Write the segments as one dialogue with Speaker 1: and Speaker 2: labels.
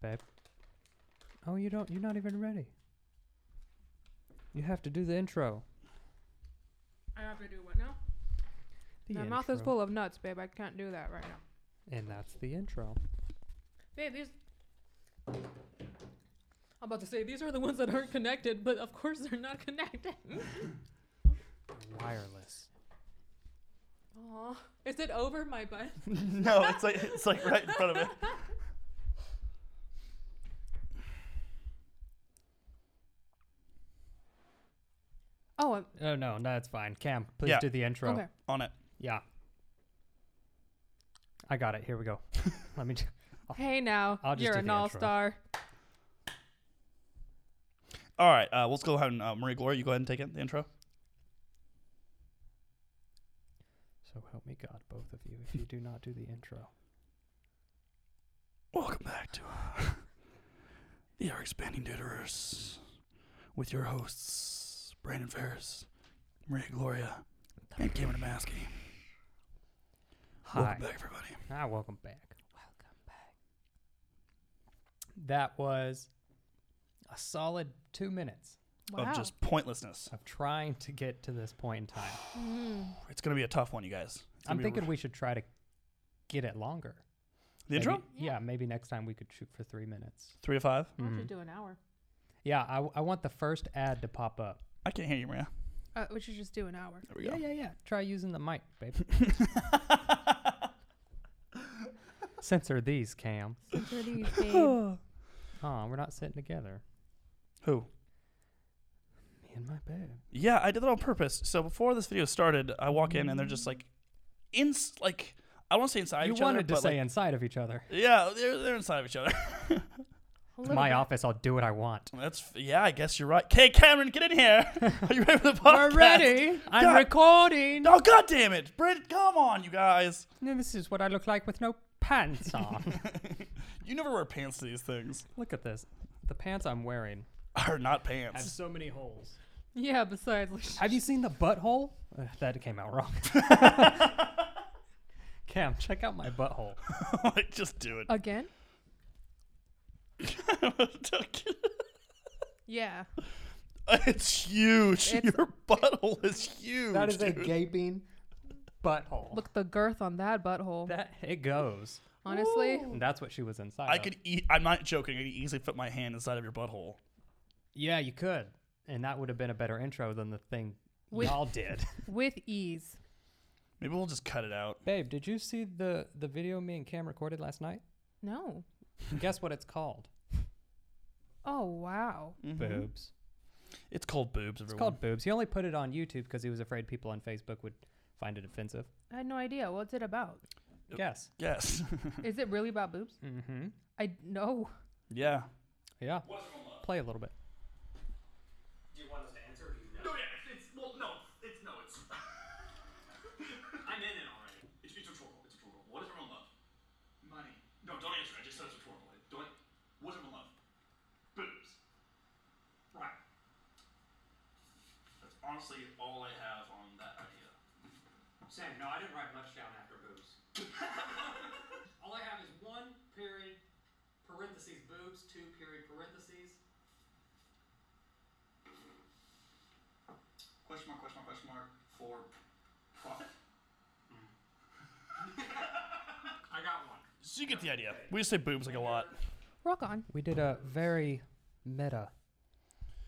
Speaker 1: babe. Oh, you don't. You're not even ready. You have to do the intro.
Speaker 2: I have to do what now?
Speaker 1: The
Speaker 2: My mouth is
Speaker 1: intro.
Speaker 2: full of nuts, babe. I can't do that right now.
Speaker 1: And that's the intro.
Speaker 2: Babe, these. I'm about to say these are the ones that aren't connected, but of course they're not connected.
Speaker 1: Wireless.
Speaker 2: Aw. Is it over my butt?
Speaker 3: no, it's like it's like right in front of it.
Speaker 2: Oh, I'm-
Speaker 1: Oh no, no, it's fine. Cam, please
Speaker 3: Yeah.
Speaker 1: do the intro.
Speaker 2: okay.
Speaker 3: On it.
Speaker 1: Yeah. I got it. Here we go. Let me. T-
Speaker 2: Hey now,
Speaker 1: I'll just
Speaker 2: you're
Speaker 1: do
Speaker 2: an
Speaker 1: the intro.
Speaker 2: all star.
Speaker 3: All right, uh, let's go ahead and uh, Marie Gloria, you go ahead and take it. The intro.
Speaker 1: so help me God, both of you, if you do not do the intro.
Speaker 3: Welcome back to uh, the Ever Expanding Deuterers with your hosts, Brandon Ferris, Maria Gloria, and Cameron Maskey.
Speaker 1: Hi.
Speaker 3: Welcome back, everybody.
Speaker 1: Ah, welcome back.
Speaker 2: Welcome back.
Speaker 1: That was a solid two minutes
Speaker 2: Wow.
Speaker 3: Of just pointlessness.
Speaker 1: of trying to get to this point in time.
Speaker 2: Mm.
Speaker 3: It's going to be a tough one, you guys. It's gonna
Speaker 1: I'm
Speaker 3: be
Speaker 1: thinking
Speaker 3: r-
Speaker 1: we should try to get it longer.
Speaker 3: the intro?
Speaker 1: Maybe- yeah. maybe next time we could shoot for three minutes.
Speaker 3: Three to five.
Speaker 2: Why don't you
Speaker 1: Mhm.
Speaker 2: do an hour?
Speaker 1: Yeah, I, I want the first ad to pop up.
Speaker 3: I can't hear you, Maria.
Speaker 2: Uh, we should just do an hour.
Speaker 3: There we
Speaker 1: Yeah,
Speaker 3: go.
Speaker 1: yeah, yeah. Try using the mic, babe. Censor these, Cam. Oh, we're not sitting together.
Speaker 3: Who?
Speaker 1: Me and my babe.
Speaker 3: Yeah, I did that on purpose. So before this video started, I walk in and they're just like, ins like I won't say inside
Speaker 1: you
Speaker 3: each
Speaker 1: wanted
Speaker 3: other,
Speaker 1: to
Speaker 3: but
Speaker 1: say
Speaker 3: like,
Speaker 1: inside of each other.
Speaker 3: yeah, they're they're inside of each other.
Speaker 1: It's my office. I'll do what I want.
Speaker 3: That's yeah, I guess you're right. Okay, Cameron, get in here. Are you ready for the podcast?
Speaker 1: I'm
Speaker 3: God.
Speaker 1: recording.
Speaker 3: Oh god damn it, Brit! Come on, you guys.
Speaker 1: No, This is what I look like with no pants on.
Speaker 3: You never wear pants to these things.
Speaker 1: look at this. The pants I'm wearing
Speaker 3: Are not
Speaker 1: have
Speaker 3: pants.
Speaker 1: so many holes.
Speaker 2: Yeah, besides, like,
Speaker 1: Have you seen the butthole? Uh, that came out wrong. Cam, check out my butthole.
Speaker 3: like, just do it.
Speaker 2: again? Yeah.
Speaker 3: it's huge.
Speaker 2: It's-
Speaker 3: Your butthole is huge. dude.
Speaker 1: gaping butthole.
Speaker 2: Look at the girth on that butthole.
Speaker 1: that it goes.
Speaker 2: Honestly,
Speaker 1: And that's what she was inside.
Speaker 3: I
Speaker 1: of.
Speaker 3: could eat. I'm not joking. I could easily fit my hand inside of your butthole.
Speaker 1: Yeah, you could. And that would have been a better intro than the thing
Speaker 2: With-
Speaker 1: y'all did.
Speaker 2: with ease.
Speaker 3: Maybe we'll just cut it out.
Speaker 1: Babe, did you see the the video me and Cam recorded last night?
Speaker 2: No.
Speaker 1: Guess what it's called?
Speaker 2: Oh wow.
Speaker 1: Boobs.
Speaker 3: It's called boobs.
Speaker 1: It's
Speaker 3: Everyone.
Speaker 1: Mm-hmm. called boobs. He only put it on YouTube because he was afraid people on Facebook would find it offensive.
Speaker 2: I had no idea. What's it about?
Speaker 3: Yep.
Speaker 1: Yes.
Speaker 3: Yes.
Speaker 2: Is it really about boobs?
Speaker 1: Mm-hmm.
Speaker 2: I no.
Speaker 3: yeah.
Speaker 1: Yeah. Play a little bit.
Speaker 4: Do you want us to answer or do you know? No, yeah, it's, it's well, no, it's no, it's. I'm in it already. It's, it's rhetorical. It's rhetorical. What is everyone love? Money. No, don't answer. I just said it's rhetorical. It- Don't. What is everyone love? Boobs. Right. That's honestly all I have on that idea.
Speaker 5: Sam, no, I didn't write much down after boobs. All I have is one period, parentheses, boobs, two period, parentheses.
Speaker 4: Question mark. Question mark. Question mark. For profit.
Speaker 5: I got one.
Speaker 3: So you get the idea. We just say boobs like a lot.
Speaker 2: Rock on.
Speaker 1: We did a very meta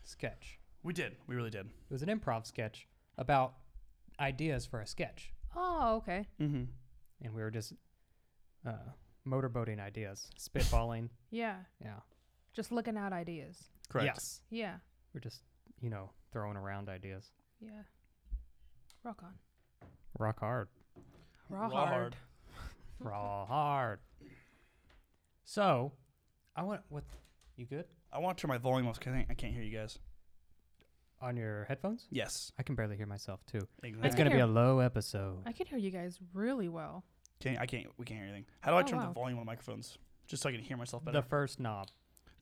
Speaker 1: sketch.
Speaker 3: We did. We really did.
Speaker 1: It was an improv sketch about ideas for a sketch.
Speaker 2: Oh okay.
Speaker 3: Mm-hmm.
Speaker 1: And we were just uh, motorboating ideas, spitballing.
Speaker 2: Yeah.
Speaker 1: yeah.
Speaker 2: Just looking out ideas.
Speaker 3: Correct.
Speaker 1: Yes.
Speaker 2: Yeah.
Speaker 1: We're just, you know, throwing around ideas.
Speaker 2: Yeah. Rock on.
Speaker 1: Rock hard.
Speaker 2: Raw,
Speaker 3: Raw
Speaker 2: hard.
Speaker 3: hard.
Speaker 1: Raw hard. So, I want what you good
Speaker 3: I want to turn my volume up because I, can't hear you guys.
Speaker 1: on your headphones?
Speaker 3: Yes.
Speaker 1: I can barely hear myself too.
Speaker 3: Exactly.
Speaker 1: It's
Speaker 2: can
Speaker 1: gonna be
Speaker 2: hear.
Speaker 1: a low episode.
Speaker 2: I can hear you guys really well.
Speaker 3: Can't, I can't. We can't hear anything. How do I
Speaker 2: Oh,
Speaker 3: turn
Speaker 2: wow.
Speaker 3: the volume on the microphones? Just so I can hear myself better.
Speaker 1: The
Speaker 3: The,
Speaker 1: first knob.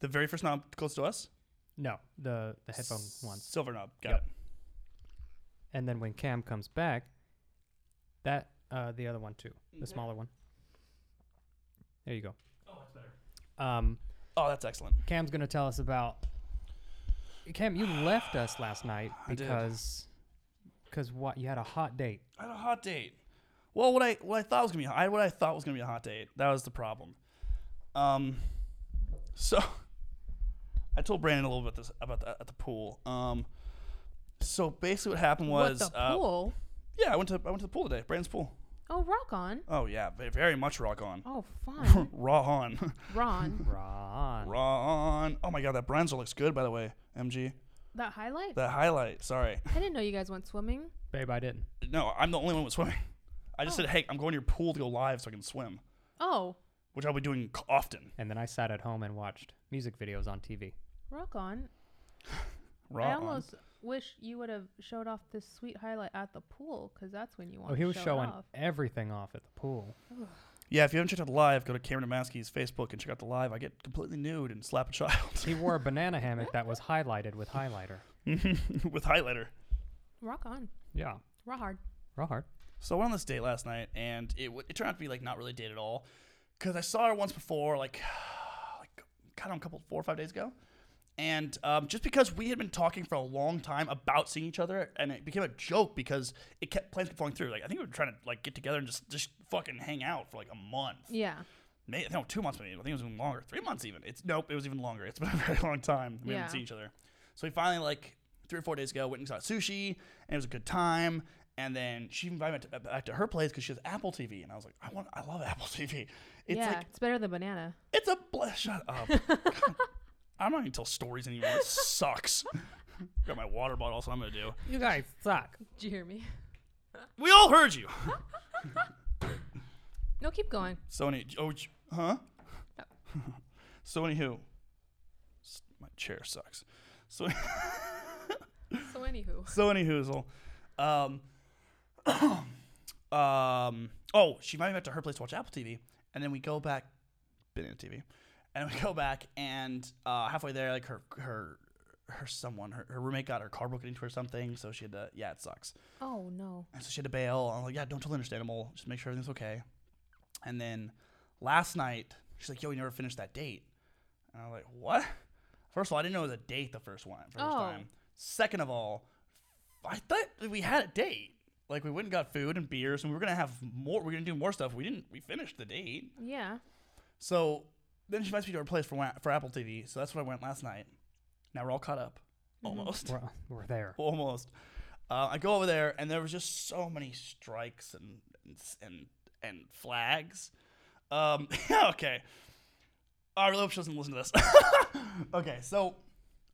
Speaker 3: very first knob close to us.
Speaker 1: No, the the headphone ones.
Speaker 3: Silver knob. Got
Speaker 1: Yep.
Speaker 3: it.
Speaker 1: And then when Cam comes back, that uh, the other one too, the smaller one. There you go.
Speaker 3: Oh, that's better.
Speaker 1: Um,
Speaker 3: Oh, that's excellent.
Speaker 1: Cam's gonna tell us about. Cam, you left us last night
Speaker 3: I did.
Speaker 1: because, because what? You had a hot date.
Speaker 3: I had a hot date. Well, what I what I thought was gonna be I what I thought was gonna be a hot date. That was the problem. Um, so I told Brandon a little bit this about that at the pool. Um, so basically what happened was
Speaker 2: what the
Speaker 3: uh,
Speaker 2: pool?
Speaker 3: yeah I went to I went to the pool today. Brandon's pool.
Speaker 2: Oh, rock on.
Speaker 3: Oh yeah, ve- very much rock on.
Speaker 2: Oh, fun.
Speaker 3: Raw on.
Speaker 2: Ron,
Speaker 1: Ron.
Speaker 3: raw on. Oh my god, that bronzer looks good by the way. MG.
Speaker 2: that highlight?
Speaker 3: That highlight. Sorry.
Speaker 2: I didn't know you guys went swimming.
Speaker 1: Babe, I didn't.
Speaker 3: No, I'm the only one with swimming. I just said, hey, I'm going to your pool to go live so I can swim,
Speaker 2: Oh,
Speaker 3: which I'll be doing c- often.
Speaker 1: And then I sat at home and watched music videos on TV.
Speaker 2: rock on.
Speaker 3: Raw
Speaker 2: I
Speaker 3: on.
Speaker 2: almost wish you would have showed off this sweet highlight at the pool because that's when you want
Speaker 1: Oh,
Speaker 2: to
Speaker 1: he was
Speaker 2: show it
Speaker 1: showing
Speaker 2: off.
Speaker 1: everything off at the pool.
Speaker 3: Yeah, if you haven't checked out the live, go to Cameron Damaski's Facebook and check out the live. I get completely nude and slap a child
Speaker 1: He wore a banana hammock that was highlighted with highlighter.
Speaker 3: with highlighter.
Speaker 2: Rock on.
Speaker 1: Yeah.
Speaker 2: Raw hard.
Speaker 1: Raw hard.
Speaker 3: So I went on this date last night, and it, w- it turned out to be like not really a date at all, because I saw her once before, like, like kind of a couple four or five days ago, and um, just because we had been talking for a long time about seeing each other, and it became a joke because it kept plans kept falling through. Like I think we were trying to like get together and just just fucking hang out for like a month.
Speaker 2: Yeah.
Speaker 3: Maybe, no, two months maybe. I think it was even longer. Three months even. It's nope, it was even longer. It's been a very long time. We
Speaker 2: Yeah.
Speaker 3: haven't seen each other. So we finally like three or four days ago went and got sushi, and it was a good time. And then she invited me to, back to her place because she has Apple TV, and I was like, I want, I love Apple TV. It's
Speaker 2: yeah.
Speaker 3: like
Speaker 2: it's better than banana.
Speaker 3: it's a ble- shut up. I'm not gonna tell stories anymore. It sucks. got my water bottle, so I'm gonna do.
Speaker 1: You guys suck.
Speaker 2: Did you hear me?
Speaker 3: We all heard you.
Speaker 2: No, keep going.
Speaker 3: So any oh j- huh? so anywho, S- my chair sucks. So.
Speaker 2: So, anywho.
Speaker 3: So any hoozle. Um, um, oh, she might have went to her place to watch Apple TV, and then we go back, banana TV, and we go back, and uh, halfway there, like her her her someone her, her roommate got her car broken into or something, so she had to yeah it sucks,
Speaker 2: Oh, no.
Speaker 3: and so she had to bail. I'm like yeah, don't totally understandable, just make sure everything's okay. And then last night she's like yo, we never finished that date, and I was like what? First of all, I didn't know it was a date the first one first
Speaker 2: Oh.
Speaker 3: time. Second of all, I thought that we had a date. Like we went and got food and beers, and we were gonna have more. We were gonna do more stuff. We didn't. We finished the date.
Speaker 2: Yeah.
Speaker 3: So then she invites me to her place for wa- for Apple TV. So that's when I went last night. Now we're all caught up, almost,
Speaker 1: We're, we're there.
Speaker 3: almost. Uh, I go over there, and there was just so many strikes and and and, and flags. Um, okay. I really hope she doesn't listen to this. okay, so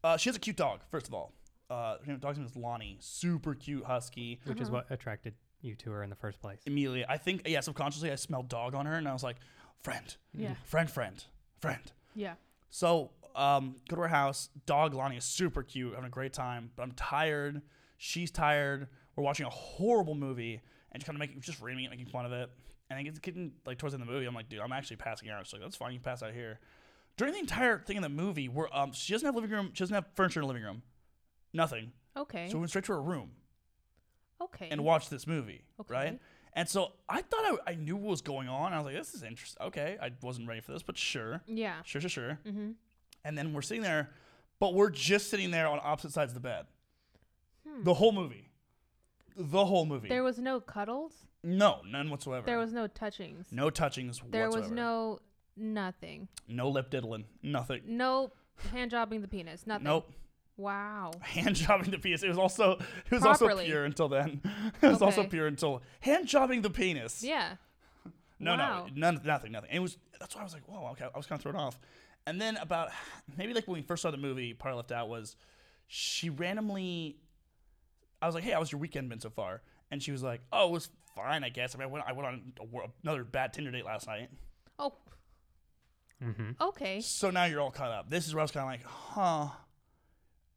Speaker 3: uh, she has a cute dog. First of all, uh, her name, dog's name is Lonnie. Super cute husky.
Speaker 1: Which
Speaker 2: Uh-huh.
Speaker 1: is what attracted you to her in the first place.
Speaker 3: immediately. I think yeah, subconsciously I smelled dog on her, and I was like, friend,
Speaker 2: Yeah.
Speaker 3: friend, friend, friend.
Speaker 2: Yeah.
Speaker 3: So um, go to her house. Dog Lonnie is super cute, having a great time. But I'm tired. She's tired. We're watching a horrible movie, and she's kind of making just reaming it, making fun of it. And I get getting like towards the end of the movie, I'm like, dude, I'm actually passing out. She's like, that's fine, you can pass out here. During the entire thing in the movie, where um, she doesn't have living room, she doesn't have furniture in the living room, nothing.
Speaker 2: Okay.
Speaker 3: So we went straight to her room
Speaker 2: okay.
Speaker 3: and watch this movie,
Speaker 2: Okay.
Speaker 3: right? And so I thought I, I knew what was going on. I was like, this is interesting. Okay, I wasn't ready for this, but sure,
Speaker 2: yeah.
Speaker 3: sure, sure, sure. Mm-hmm. And then we're sitting there, but we're just sitting there on opposite sides of the bed. The whole movie, the whole movie.
Speaker 2: Hmm. There was no cuddles.
Speaker 3: no, none whatsoever.
Speaker 2: There was no touchings.
Speaker 3: no touchings
Speaker 2: there
Speaker 3: whatsoever.
Speaker 2: was no nothing.
Speaker 3: no lip diddling, nothing.
Speaker 2: No hand jobbing the penis. Nothing.
Speaker 3: Nope.
Speaker 2: Wow.
Speaker 3: Hand jobbing the penis. It was also it was also
Speaker 2: Properly.
Speaker 3: pure until then. It was also
Speaker 2: Okay.
Speaker 3: pure until hand jobbing the penis.
Speaker 2: Yeah.
Speaker 3: No,
Speaker 2: Wow.
Speaker 3: no, none, nothing, nothing. And it was that's why I was like, whoa, okay. I was kind of thrown off. And then about maybe like when we first saw the movie, part I left out was she randomly. I was like, hey, how's your weekend been so far? And she was like, oh, it was fine, I guess. I mean, I went, I went on a wor- another bad Tinder date last night.
Speaker 2: Oh.
Speaker 1: Mm-hmm.
Speaker 2: Okay.
Speaker 3: So now you're all caught up. This is where I was kind of like, huh,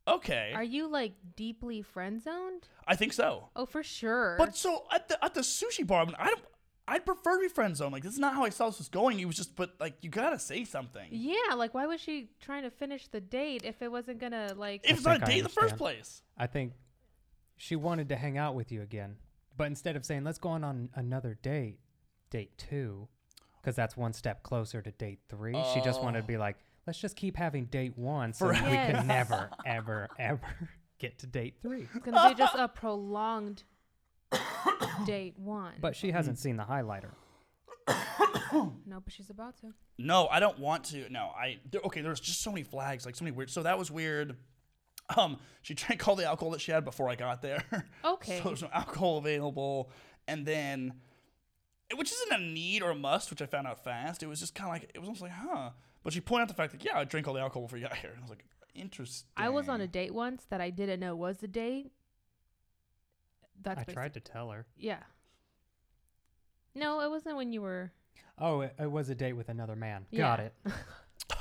Speaker 3: okay,
Speaker 2: Are you like deeply friend zoned?
Speaker 3: I think so.
Speaker 2: Oh, for sure.
Speaker 3: But so at the at the sushi bar, I, mean, I don't. I'd prefer to be friend zone. Like this is not how I saw this was going. It was just, but like you gotta say something.
Speaker 2: yeah, like why was she trying to finish the date if it wasn't gonna like?
Speaker 3: If it's not a
Speaker 1: think I
Speaker 3: date in the first
Speaker 1: understand.
Speaker 3: place.
Speaker 1: I think she wanted to hang out with you again, but instead of saying let's go on on another date, date two, because that's one step closer to date three, she just wanted to be like Let's just keep having date one so
Speaker 3: For-
Speaker 1: that we
Speaker 2: Oh. Yes.
Speaker 1: can never, ever, ever get to date three.
Speaker 2: It's gonna be just a prolonged date one.
Speaker 1: But she hasn't seen the highlighter.
Speaker 2: no, but she's about to.
Speaker 3: No, I don't want to. No, I there, okay. There's just so many flags, like so many weird. So that was weird. Um, she drank all the alcohol that she had before I got there.
Speaker 2: Okay.
Speaker 3: so there's no alcohol available, and then, which isn't a need or a must, which I found out fast. It was just kind of like it was almost like, huh. But she pointed out the fact that yeah, I drank all the alcohol before you got here. And I was like, interesting.
Speaker 2: I was on a date once that I didn't know was a date. That's
Speaker 1: I
Speaker 2: basi-
Speaker 1: tried to tell her.
Speaker 2: Yeah. No, it wasn't when you were.
Speaker 1: Oh, it, it was a date with another man. Got
Speaker 2: Yeah.
Speaker 1: it.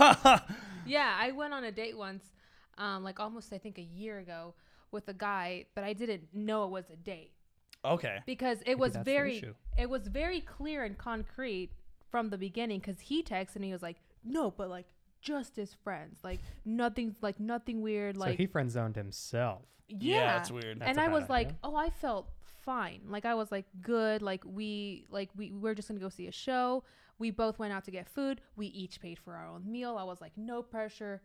Speaker 2: Yeah, I went on a date once, um, like almost I think a year ago, with a guy, but I didn't know it was a date
Speaker 3: okay.
Speaker 2: because it was
Speaker 1: that's the
Speaker 2: very,
Speaker 1: issue.
Speaker 2: it was very clear and concrete from the beginning. Because he texted and he was like, "No, but like just as friends, like nothing, like nothing weird, like
Speaker 1: so he friend zoned himself.
Speaker 2: yeah,
Speaker 3: it's weird.
Speaker 1: That's
Speaker 2: and
Speaker 1: a
Speaker 2: I
Speaker 1: bad
Speaker 2: was like,
Speaker 1: idea.
Speaker 2: oh, I felt fine. Like I was like good. Like we like we we're just gonna go see a show. We both went out to get food. We each paid for our own meal. I was like, no pressure,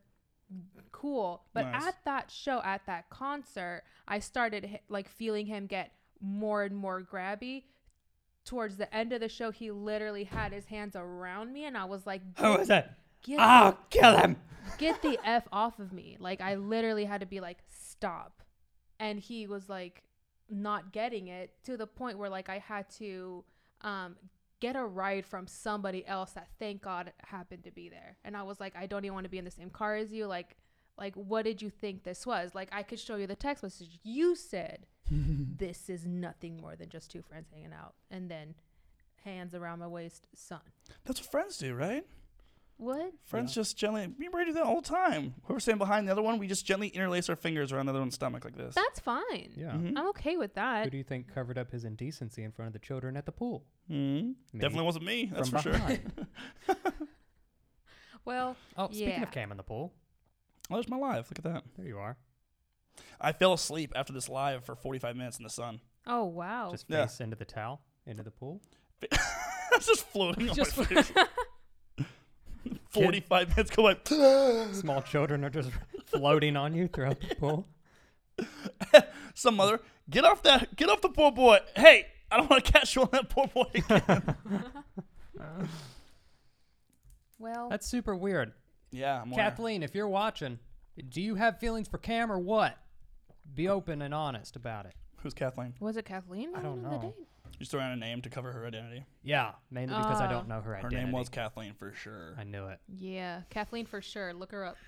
Speaker 2: cool. But
Speaker 3: Nice.
Speaker 2: at that show, at that concert, I started hi- like feeling him get more and more grabby. Towards the end of the show, he literally had his hands around me, and I was like, "Get-
Speaker 1: it?
Speaker 2: Get,
Speaker 3: Oh,
Speaker 1: kill him.
Speaker 2: get the f off of me like i literally had to be like stop and he was like not getting it to the point where like i had to um get a ride from somebody else that thank god happened to be there and i was like i don't even want to be in the same car as you like like what did you think this was like i could show you the text message you said this is nothing more than just two friends hanging out and then hands around my waist son
Speaker 3: That's what friends do, right?
Speaker 2: what
Speaker 3: Friends just gently. We do that all the time. Whoever's standing behind the other one, we just gently interlace our fingers around the other one's stomach like this.
Speaker 2: that's fine
Speaker 1: Yeah.
Speaker 2: i'm okay with that
Speaker 1: Who do you think covered up his indecency in front of the children at the pool?
Speaker 3: hmm
Speaker 1: Me.
Speaker 3: Definitely wasn't me. That's
Speaker 1: From
Speaker 3: for sure.
Speaker 1: behind.
Speaker 2: well
Speaker 1: Oh, speaking
Speaker 2: Yeah.
Speaker 1: of Cam in the pool,
Speaker 3: Oh, there's my live. Look at that.
Speaker 1: there you are.
Speaker 3: I fell asleep after this live for 45 minutes in the sun.
Speaker 2: Oh wow.
Speaker 1: Just
Speaker 3: Yeah.
Speaker 1: face into the towel, into the pool.
Speaker 3: I was just floating on
Speaker 6: Just
Speaker 3: my face. 45 minutes go like,
Speaker 1: Small children are just floating on you throughout the pool.
Speaker 3: some mother, get off that, get off the poor boy. Hey, I don't want to catch you on that poor boy again.
Speaker 2: well,
Speaker 1: That's super weird.
Speaker 3: yeah, I'm aware.
Speaker 1: Kathleen, if you're watching, do you have feelings for Cam or what? Be open and honest about it.
Speaker 3: Who's Kathleen?
Speaker 2: was it Kathleen?
Speaker 1: I don't
Speaker 2: on the
Speaker 1: know.
Speaker 2: date?
Speaker 3: You just throwing out a name to cover her identity.
Speaker 1: Yeah, mainly because I don't know her
Speaker 3: Her
Speaker 1: identity.
Speaker 3: name was Kathleen for sure.
Speaker 1: Uh, I knew it.
Speaker 2: Yeah, Kathleen for sure. Look her up.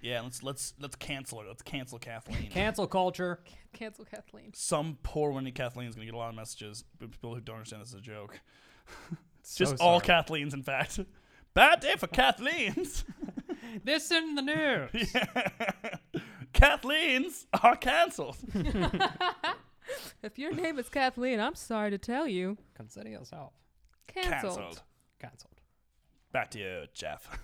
Speaker 3: Yeah, let's let's let's cancel it. Let's cancel Kathleen.
Speaker 1: Cancel culture.
Speaker 2: Cancel Kathleen.
Speaker 3: some poor Wendy Kathleen is gonna get a lot of messages. from People who don't understand this is a joke.
Speaker 1: So
Speaker 3: Just all
Speaker 1: sorry.
Speaker 3: Kathleen's, in fact. Bad day for Kathleen's.
Speaker 1: This in the news.
Speaker 3: Kathleen's are canceled.
Speaker 2: If your name is Kathleen, I'm sorry to tell you,
Speaker 1: Consider yourself
Speaker 2: canceled.
Speaker 1: canceled.
Speaker 3: Back to you, Jeff.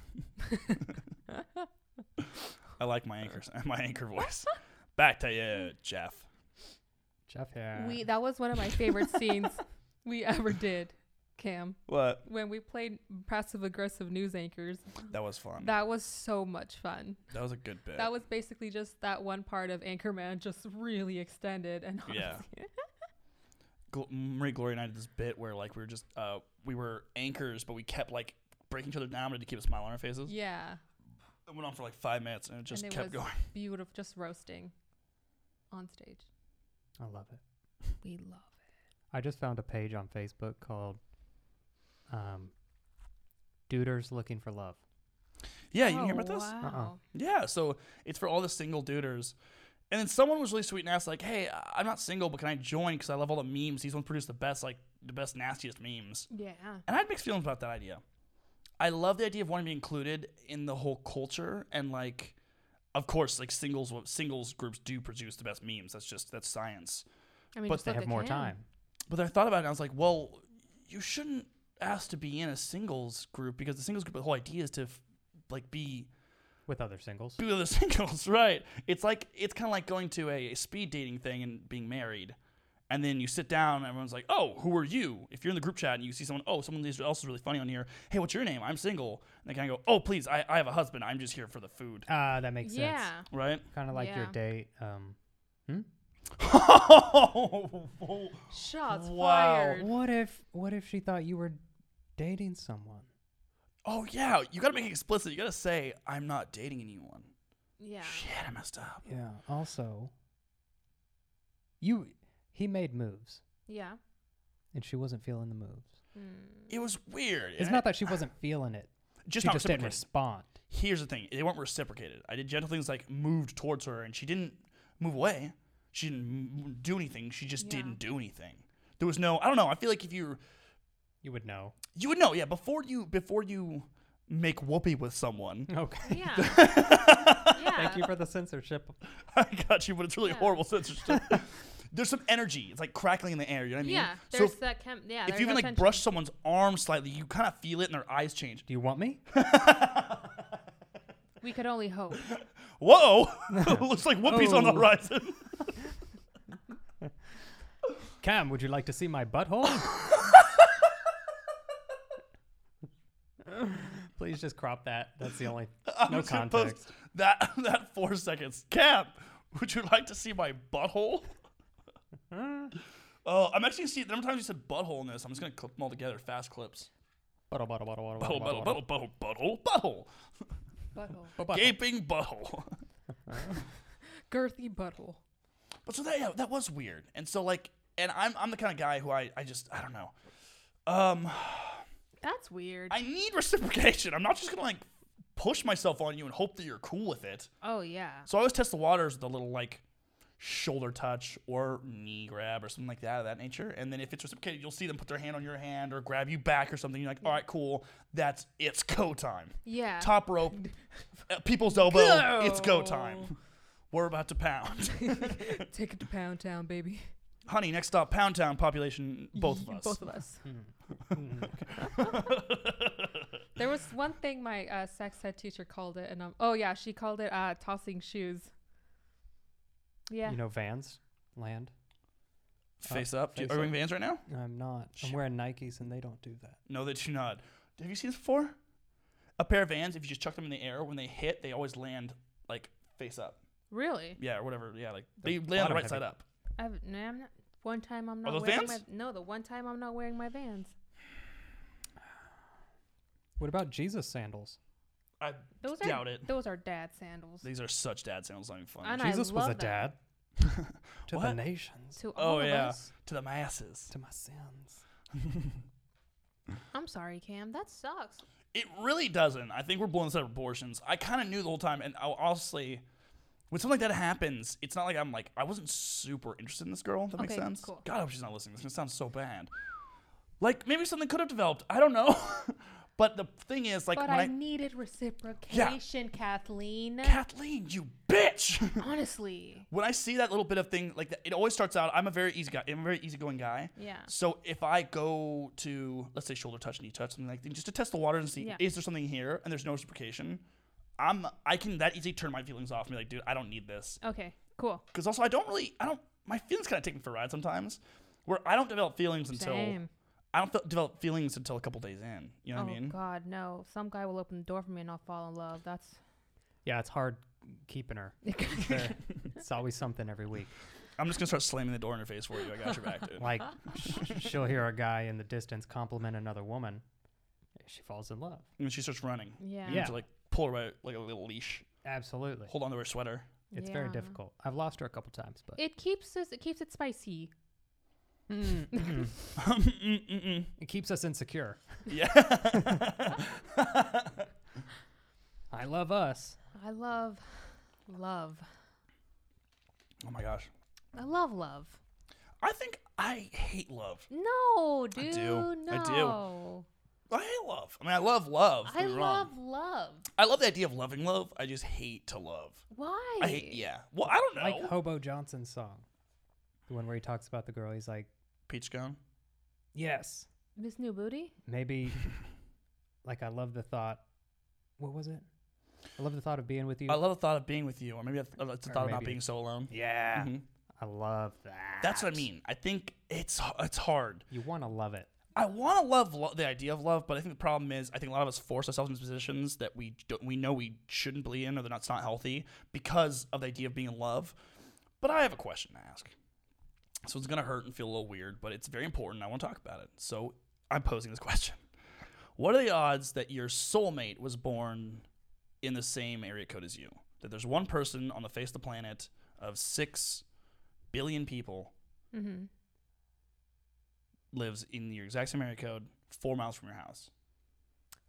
Speaker 3: I like my anchor my anchor voice. Back to you, Jeff.
Speaker 1: Jeff here.
Speaker 2: We that was one of my favorite scenes we ever did, Cam,
Speaker 3: What?
Speaker 2: when we played passive aggressive news anchors.
Speaker 3: That was fun. That,
Speaker 2: That was so much fun.
Speaker 3: was a good bit.
Speaker 2: That was basically just that one part of Anchorman just really extended and
Speaker 3: Yeah.
Speaker 2: honestly-
Speaker 3: Gl- Marie Gloria and I did this bit where like we were just uh we were anchors, but we kept like breaking each other down to keep a smile on our faces.
Speaker 2: yeah.
Speaker 3: It went on for like five minutes and it just
Speaker 2: it
Speaker 3: kept
Speaker 2: was-
Speaker 3: going.
Speaker 2: beautiful, just roasting on stage.
Speaker 1: I love it.
Speaker 2: We love
Speaker 1: I just found a page on Facebook called um, Duders Looking for Love.
Speaker 3: Yeah, you didn't hear about this?
Speaker 2: Oh,
Speaker 1: Uh-uh.
Speaker 2: Wow.
Speaker 3: Yeah, so it's for all the single duders. And then someone was really sweet and asked, like, "Hey, I- I'm not single, but can I join? Because I love all the memes. These ones produce the best, like, the best nastiest memes."
Speaker 2: Yeah.
Speaker 3: And I had mixed feelings about that idea. I love the idea of wanting to be included in the whole culture, and like, of course, like singles singles groups do produce the best memes. That's just that's science.
Speaker 2: I mean,
Speaker 3: But
Speaker 2: just
Speaker 1: They
Speaker 2: look
Speaker 1: have
Speaker 2: at
Speaker 1: more
Speaker 2: Cam.
Speaker 1: time.
Speaker 3: But then I thought about it and I was like, well, you shouldn't ask to be in a singles group because the singles group, the whole idea is to f- like be
Speaker 1: with other singles.
Speaker 3: be with the singles, right? It's like it's kind of like going to a, a speed dating thing and being married. And then you sit down, and everyone's like, "Oh, who are you?" If you're in the group chat and you see someone, "Oh, someone else is really funny on here." Hey, what's your name? I'm single. And they kind of go, "Oh, please, I, I have a husband. I'm just here for the food."
Speaker 1: Ah, that makes
Speaker 2: yeah.
Speaker 1: sense.
Speaker 3: Right?
Speaker 1: Kind of like your
Speaker 2: Yeah.
Speaker 1: date. Um,
Speaker 2: Shots
Speaker 3: Wow.
Speaker 2: fired.
Speaker 1: what if what if she thought you were dating someone?
Speaker 3: oh yeah, you gotta make it explicit. You gotta say, "I'm not dating anyone."
Speaker 2: Yeah.
Speaker 3: Shit, I messed up.
Speaker 1: Yeah. Also, you he made moves,
Speaker 2: Yeah. Hmm.
Speaker 1: and she wasn't feeling the moves.
Speaker 3: It was weird.
Speaker 1: It's
Speaker 3: and
Speaker 1: not that she wasn't feeling it;
Speaker 3: just
Speaker 1: she
Speaker 3: not
Speaker 1: just didn't
Speaker 3: reciprocated.
Speaker 1: respond.
Speaker 3: here's the thing they weren't reciprocated i did gentle things like moved towards her and she didn't move away she didn't m- do anything she just
Speaker 2: Yeah.
Speaker 3: didn't do anything there was no i don't know i feel like if you
Speaker 1: You would know.
Speaker 3: you would know yeah before you before you make whoopee with someone
Speaker 1: Okay.
Speaker 2: Yeah. yeah.
Speaker 1: Thank you for the censorship.
Speaker 3: i got you but it's really
Speaker 2: Yeah.
Speaker 3: horrible censorship there's some energy it's like crackling in the air you know what i mean
Speaker 2: Yeah.
Speaker 3: so
Speaker 2: There's
Speaker 3: if,
Speaker 2: that chem. Yeah.
Speaker 3: if
Speaker 2: there's
Speaker 3: you
Speaker 2: that
Speaker 3: even like
Speaker 2: tension.
Speaker 3: brush someone's arm slightly you kind of feel it and their eyes change
Speaker 1: Do you want me?
Speaker 2: we could only hope.
Speaker 3: whoa looks like whoopee's on the
Speaker 1: Oh.
Speaker 3: horizon
Speaker 1: Cam, would you like to see my butthole? Please just crop that. That's the only no
Speaker 3: I'm supposed-
Speaker 1: context.
Speaker 3: That that four seconds. Cam, would you like to see my butthole? Oh, I'm actually see the number of times you said butthole in this. I'm just gonna clip them all together, fast clips.
Speaker 1: Butthole, butthole, butthole,
Speaker 3: Butthole,
Speaker 1: butthole,
Speaker 3: butthole,
Speaker 1: butthole,
Speaker 3: butthole, butthole, butthole, butthole,
Speaker 2: Butthole.
Speaker 1: butthole.
Speaker 3: gaping butthole.
Speaker 2: Girthy butthole.
Speaker 3: But so that yeah, that was weird. And so like, and I'm I'm the kind of guy who I I just I don't know. Um,
Speaker 2: That's weird.
Speaker 3: I need reciprocation. I'm not just gonna like push myself on you and hope that you're cool with it.
Speaker 2: oh yeah.
Speaker 3: So I always test the waters with a little like shoulder touch or knee grab or something like that of that nature. And then if it's reciprocated, you'll see them put their hand on your hand or grab you back or something. You're like, all right, cool. That's it's go time.
Speaker 2: Yeah.
Speaker 3: Top rope, uh, people's elbow. It's go time. We're about to pound,
Speaker 2: Take it to Pound Town, baby.
Speaker 3: honey. Next stop, Pound Town. Population, both of
Speaker 2: Ye-
Speaker 3: us.
Speaker 2: Both of us.
Speaker 1: Hmm. Mm.
Speaker 2: there was one thing my uh, sex ed teacher called it, and um, oh yeah, she called it uh, tossing shoes. Yeah.
Speaker 1: You know Vans land.
Speaker 3: Face
Speaker 1: Oh,
Speaker 3: up. Do you-
Speaker 1: face
Speaker 3: Are we
Speaker 1: up.
Speaker 3: wearing Vans right now?
Speaker 1: I'm not. I'm
Speaker 3: Shit.
Speaker 1: wearing Nikes and they don't do that.
Speaker 3: No, they do not. Have you seen this before? A pair of Vans. If you just chuck them in the air, when they hit, they always land like face up.
Speaker 2: really?
Speaker 3: Yeah, or whatever. Yeah, like
Speaker 1: The
Speaker 3: they land on the
Speaker 1: bottom
Speaker 3: right
Speaker 1: heavy.
Speaker 3: side up.
Speaker 2: I've, no, I'm not. One time I'm not
Speaker 3: those
Speaker 2: wearing
Speaker 3: Vans?
Speaker 2: my no. The one time I'm not wearing my Vans.
Speaker 1: What about Jesus sandals?
Speaker 3: I
Speaker 2: Those are
Speaker 3: doubt it.
Speaker 2: those are dad sandals.
Speaker 3: These are such dad sounds not even funny.
Speaker 2: I know.
Speaker 1: Jesus was
Speaker 2: love
Speaker 1: a
Speaker 2: that.
Speaker 1: dad to the
Speaker 3: What?
Speaker 1: nations,
Speaker 2: to all
Speaker 3: oh
Speaker 2: of
Speaker 3: yeah,
Speaker 2: us.
Speaker 3: to the masses.
Speaker 1: to my sins.
Speaker 2: I'm sorry, Cam. That sucks.
Speaker 3: It really doesn't. I think we're blowing this out of proportions. I kind of knew the whole time, and I'll honestly, when something like that happens, it's not like I'm like I wasn't super interested in this girl. That makes
Speaker 2: Okay,
Speaker 3: sense.
Speaker 2: cool.
Speaker 3: God, I hope she's not listening. This is gonna sound so bad. Like maybe something could have developed. I don't know. but the thing is, like
Speaker 2: But
Speaker 3: when
Speaker 2: I,
Speaker 3: I
Speaker 2: needed reciprocation, Kathleen.
Speaker 3: Kathleen, you bitch.
Speaker 2: Honestly.
Speaker 3: when I see that little bit of thing, like it always starts out. I'm a very easy guy. I'm a very easygoing guy.
Speaker 2: Yeah.
Speaker 3: So if I go to let's say shoulder touch, knee touch, something like that, just to test the waters and see
Speaker 2: Yeah.
Speaker 3: is there something here, and there's no reciprocation, I'm I can that easily turn my feelings off and be like, dude, I don't need this.
Speaker 2: Okay. Cool.
Speaker 3: Because also I don't really I don't my feelings kind of take me for a ride sometimes, where I don't develop feelings until
Speaker 2: Same.
Speaker 3: I don't fe- develop feelings until a couple days in. You know
Speaker 2: oh
Speaker 3: what I mean?
Speaker 2: God, no! Some guy will open the door for me and I'll fall in love. That's
Speaker 1: Yeah, it's hard keeping her. there. It's always something every week.
Speaker 3: I'm just gonna start slamming the door in your face for you. I got your back, dude.
Speaker 1: Like sh- she'll hear a guy in the distance compliment another woman, she falls in love.
Speaker 3: And she starts running.
Speaker 2: yeah.
Speaker 3: You have to like pull her by like a little leash,
Speaker 1: Absolutely,
Speaker 3: hold onto her sweater.
Speaker 1: it's very
Speaker 2: Yeah.
Speaker 1: difficult. I've lost her a couple times, but
Speaker 2: It keeps us. It keeps it spicy.
Speaker 3: Mm, mm, mm.
Speaker 1: it keeps us insecure.
Speaker 3: Yeah.
Speaker 1: I love us.
Speaker 2: I love, love.
Speaker 3: oh my gosh.
Speaker 2: I love love.
Speaker 3: I think I hate love.
Speaker 2: No,
Speaker 3: I do.
Speaker 2: dude.
Speaker 3: I do.
Speaker 2: No.
Speaker 3: I hate love. I mean, I love love. don't
Speaker 2: I
Speaker 3: get me
Speaker 2: love
Speaker 3: wrong.
Speaker 2: love.
Speaker 3: I love the idea of loving love. I just hate to love.
Speaker 2: Why?
Speaker 3: I hate. Yeah. Well, I don't know.
Speaker 1: Like Hobo Johnson's song, the one where he talks about the girl. He's like,
Speaker 3: Peach gum.
Speaker 1: "Yes,
Speaker 2: Miss New Booty.
Speaker 1: maybe like I love the thought. What was it? I love the thought of being with you.
Speaker 3: I love the thought of being with you, or maybe I th- I love the
Speaker 1: Or
Speaker 3: thought of not
Speaker 1: maybe-
Speaker 3: being so alone.
Speaker 1: yeah.
Speaker 3: Mhm.
Speaker 1: I I love that.
Speaker 3: That's what I mean. I think it's it's hard.
Speaker 1: You want to love it.
Speaker 3: I want to love lo- the idea of love, but I think the problem is I think a lot of us force ourselves into positions that we don't, we know we shouldn't be in or that it's not healthy because of the idea of being in love. But I have a question to ask. So it's gonna hurt and feel a little weird, but it's very important. I want to talk about it. So I'm posing this question: What are the odds that your soulmate was born in the same area code as you? That there's one person on the face of the planet of six billion people
Speaker 2: Mm-hmm.
Speaker 3: Mm. lives in your exact same area code, four miles from your house.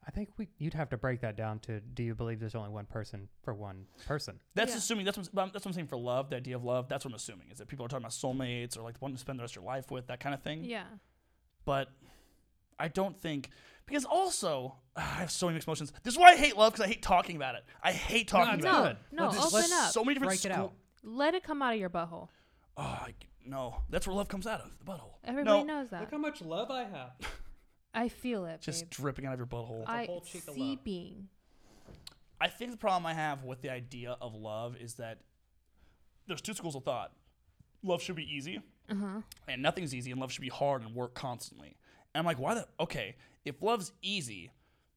Speaker 1: I think we you'd have to break that down to do you believe there's only one person for one person?
Speaker 3: That's
Speaker 2: Yeah.
Speaker 3: assuming that's what, I'm- that's what I'm saying for love, the idea of love. That's what I'm assuming is that people are talking about soulmates or like the one to spend the rest of your life with, that kind of thing.
Speaker 2: Yeah.
Speaker 3: But I don't think because also I have so many mixed emotions. This is why I hate love because I hate talking about it. I hate talking
Speaker 1: it's
Speaker 3: about
Speaker 1: good.
Speaker 3: it.
Speaker 2: No,
Speaker 3: There's
Speaker 2: open up.
Speaker 3: So many different
Speaker 1: Break it
Speaker 3: school-
Speaker 1: out.
Speaker 2: Let it come out of your butthole.
Speaker 3: Oh, I, no, that's where love comes out of the butthole.
Speaker 2: Everybody
Speaker 3: no,
Speaker 2: knows that.
Speaker 6: Look how much love I have.
Speaker 2: I feel it,
Speaker 3: just
Speaker 2: babe.
Speaker 3: dripping out of your butthole.
Speaker 2: I
Speaker 6: whole cheek of love.
Speaker 2: seeping.
Speaker 3: I think the problem I have with the idea of love is that there's two schools of thought. Love should be easy,
Speaker 6: Uh-huh.
Speaker 3: and nothing's easy, and love should be hard and work constantly. And I'm like, why the? Okay, if love's easy,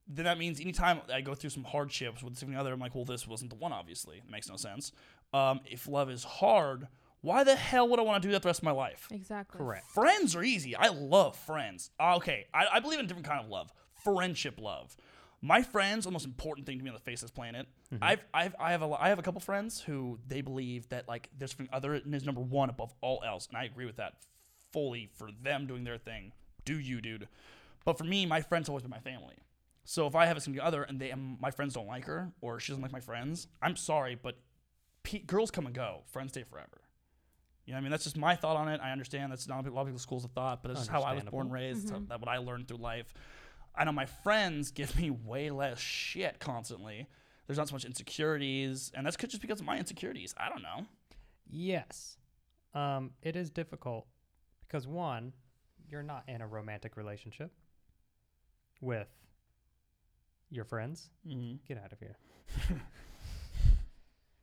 Speaker 3: then that means anytime I go through some hardships with something other, I'm like, well, this wasn't the one, obviously. It makes no sense. Um, if love is hard, why the hell would I want to do that the rest of my life?
Speaker 2: Exactly.
Speaker 1: Correct.
Speaker 3: Friends are easy. I love friends. Uh, Okay, I, I believe in a different kind of love. Friendship love. My friends are the most important thing to me on the face of this planet. I've, I've, I have a, lo- I have a couple friends who they believe that like there's something other and is number one above all else, and I agree with that fully. For them doing their thing, do you, dude? But for me, my friends always been my family. So if I have something other and they and my friends don't like her or she doesn't like my friends, I'm sorry, but pe- girls come and go. Friends stay forever. You know, what I mean, that's just my thought on it. I understand that's not a lot of people's schools of thought, but that's just how I was born,
Speaker 1: Understandable.
Speaker 3: raised. That's how- that what I learned through life. I know my friends give me way less shit constantly. There's not so much insecurities, and that's could just because of my insecurities. I don't know.
Speaker 1: Yes. Um, it is difficult because one, you're not in a romantic relationship with your friends.
Speaker 3: Mm-hmm.
Speaker 1: Get out of here.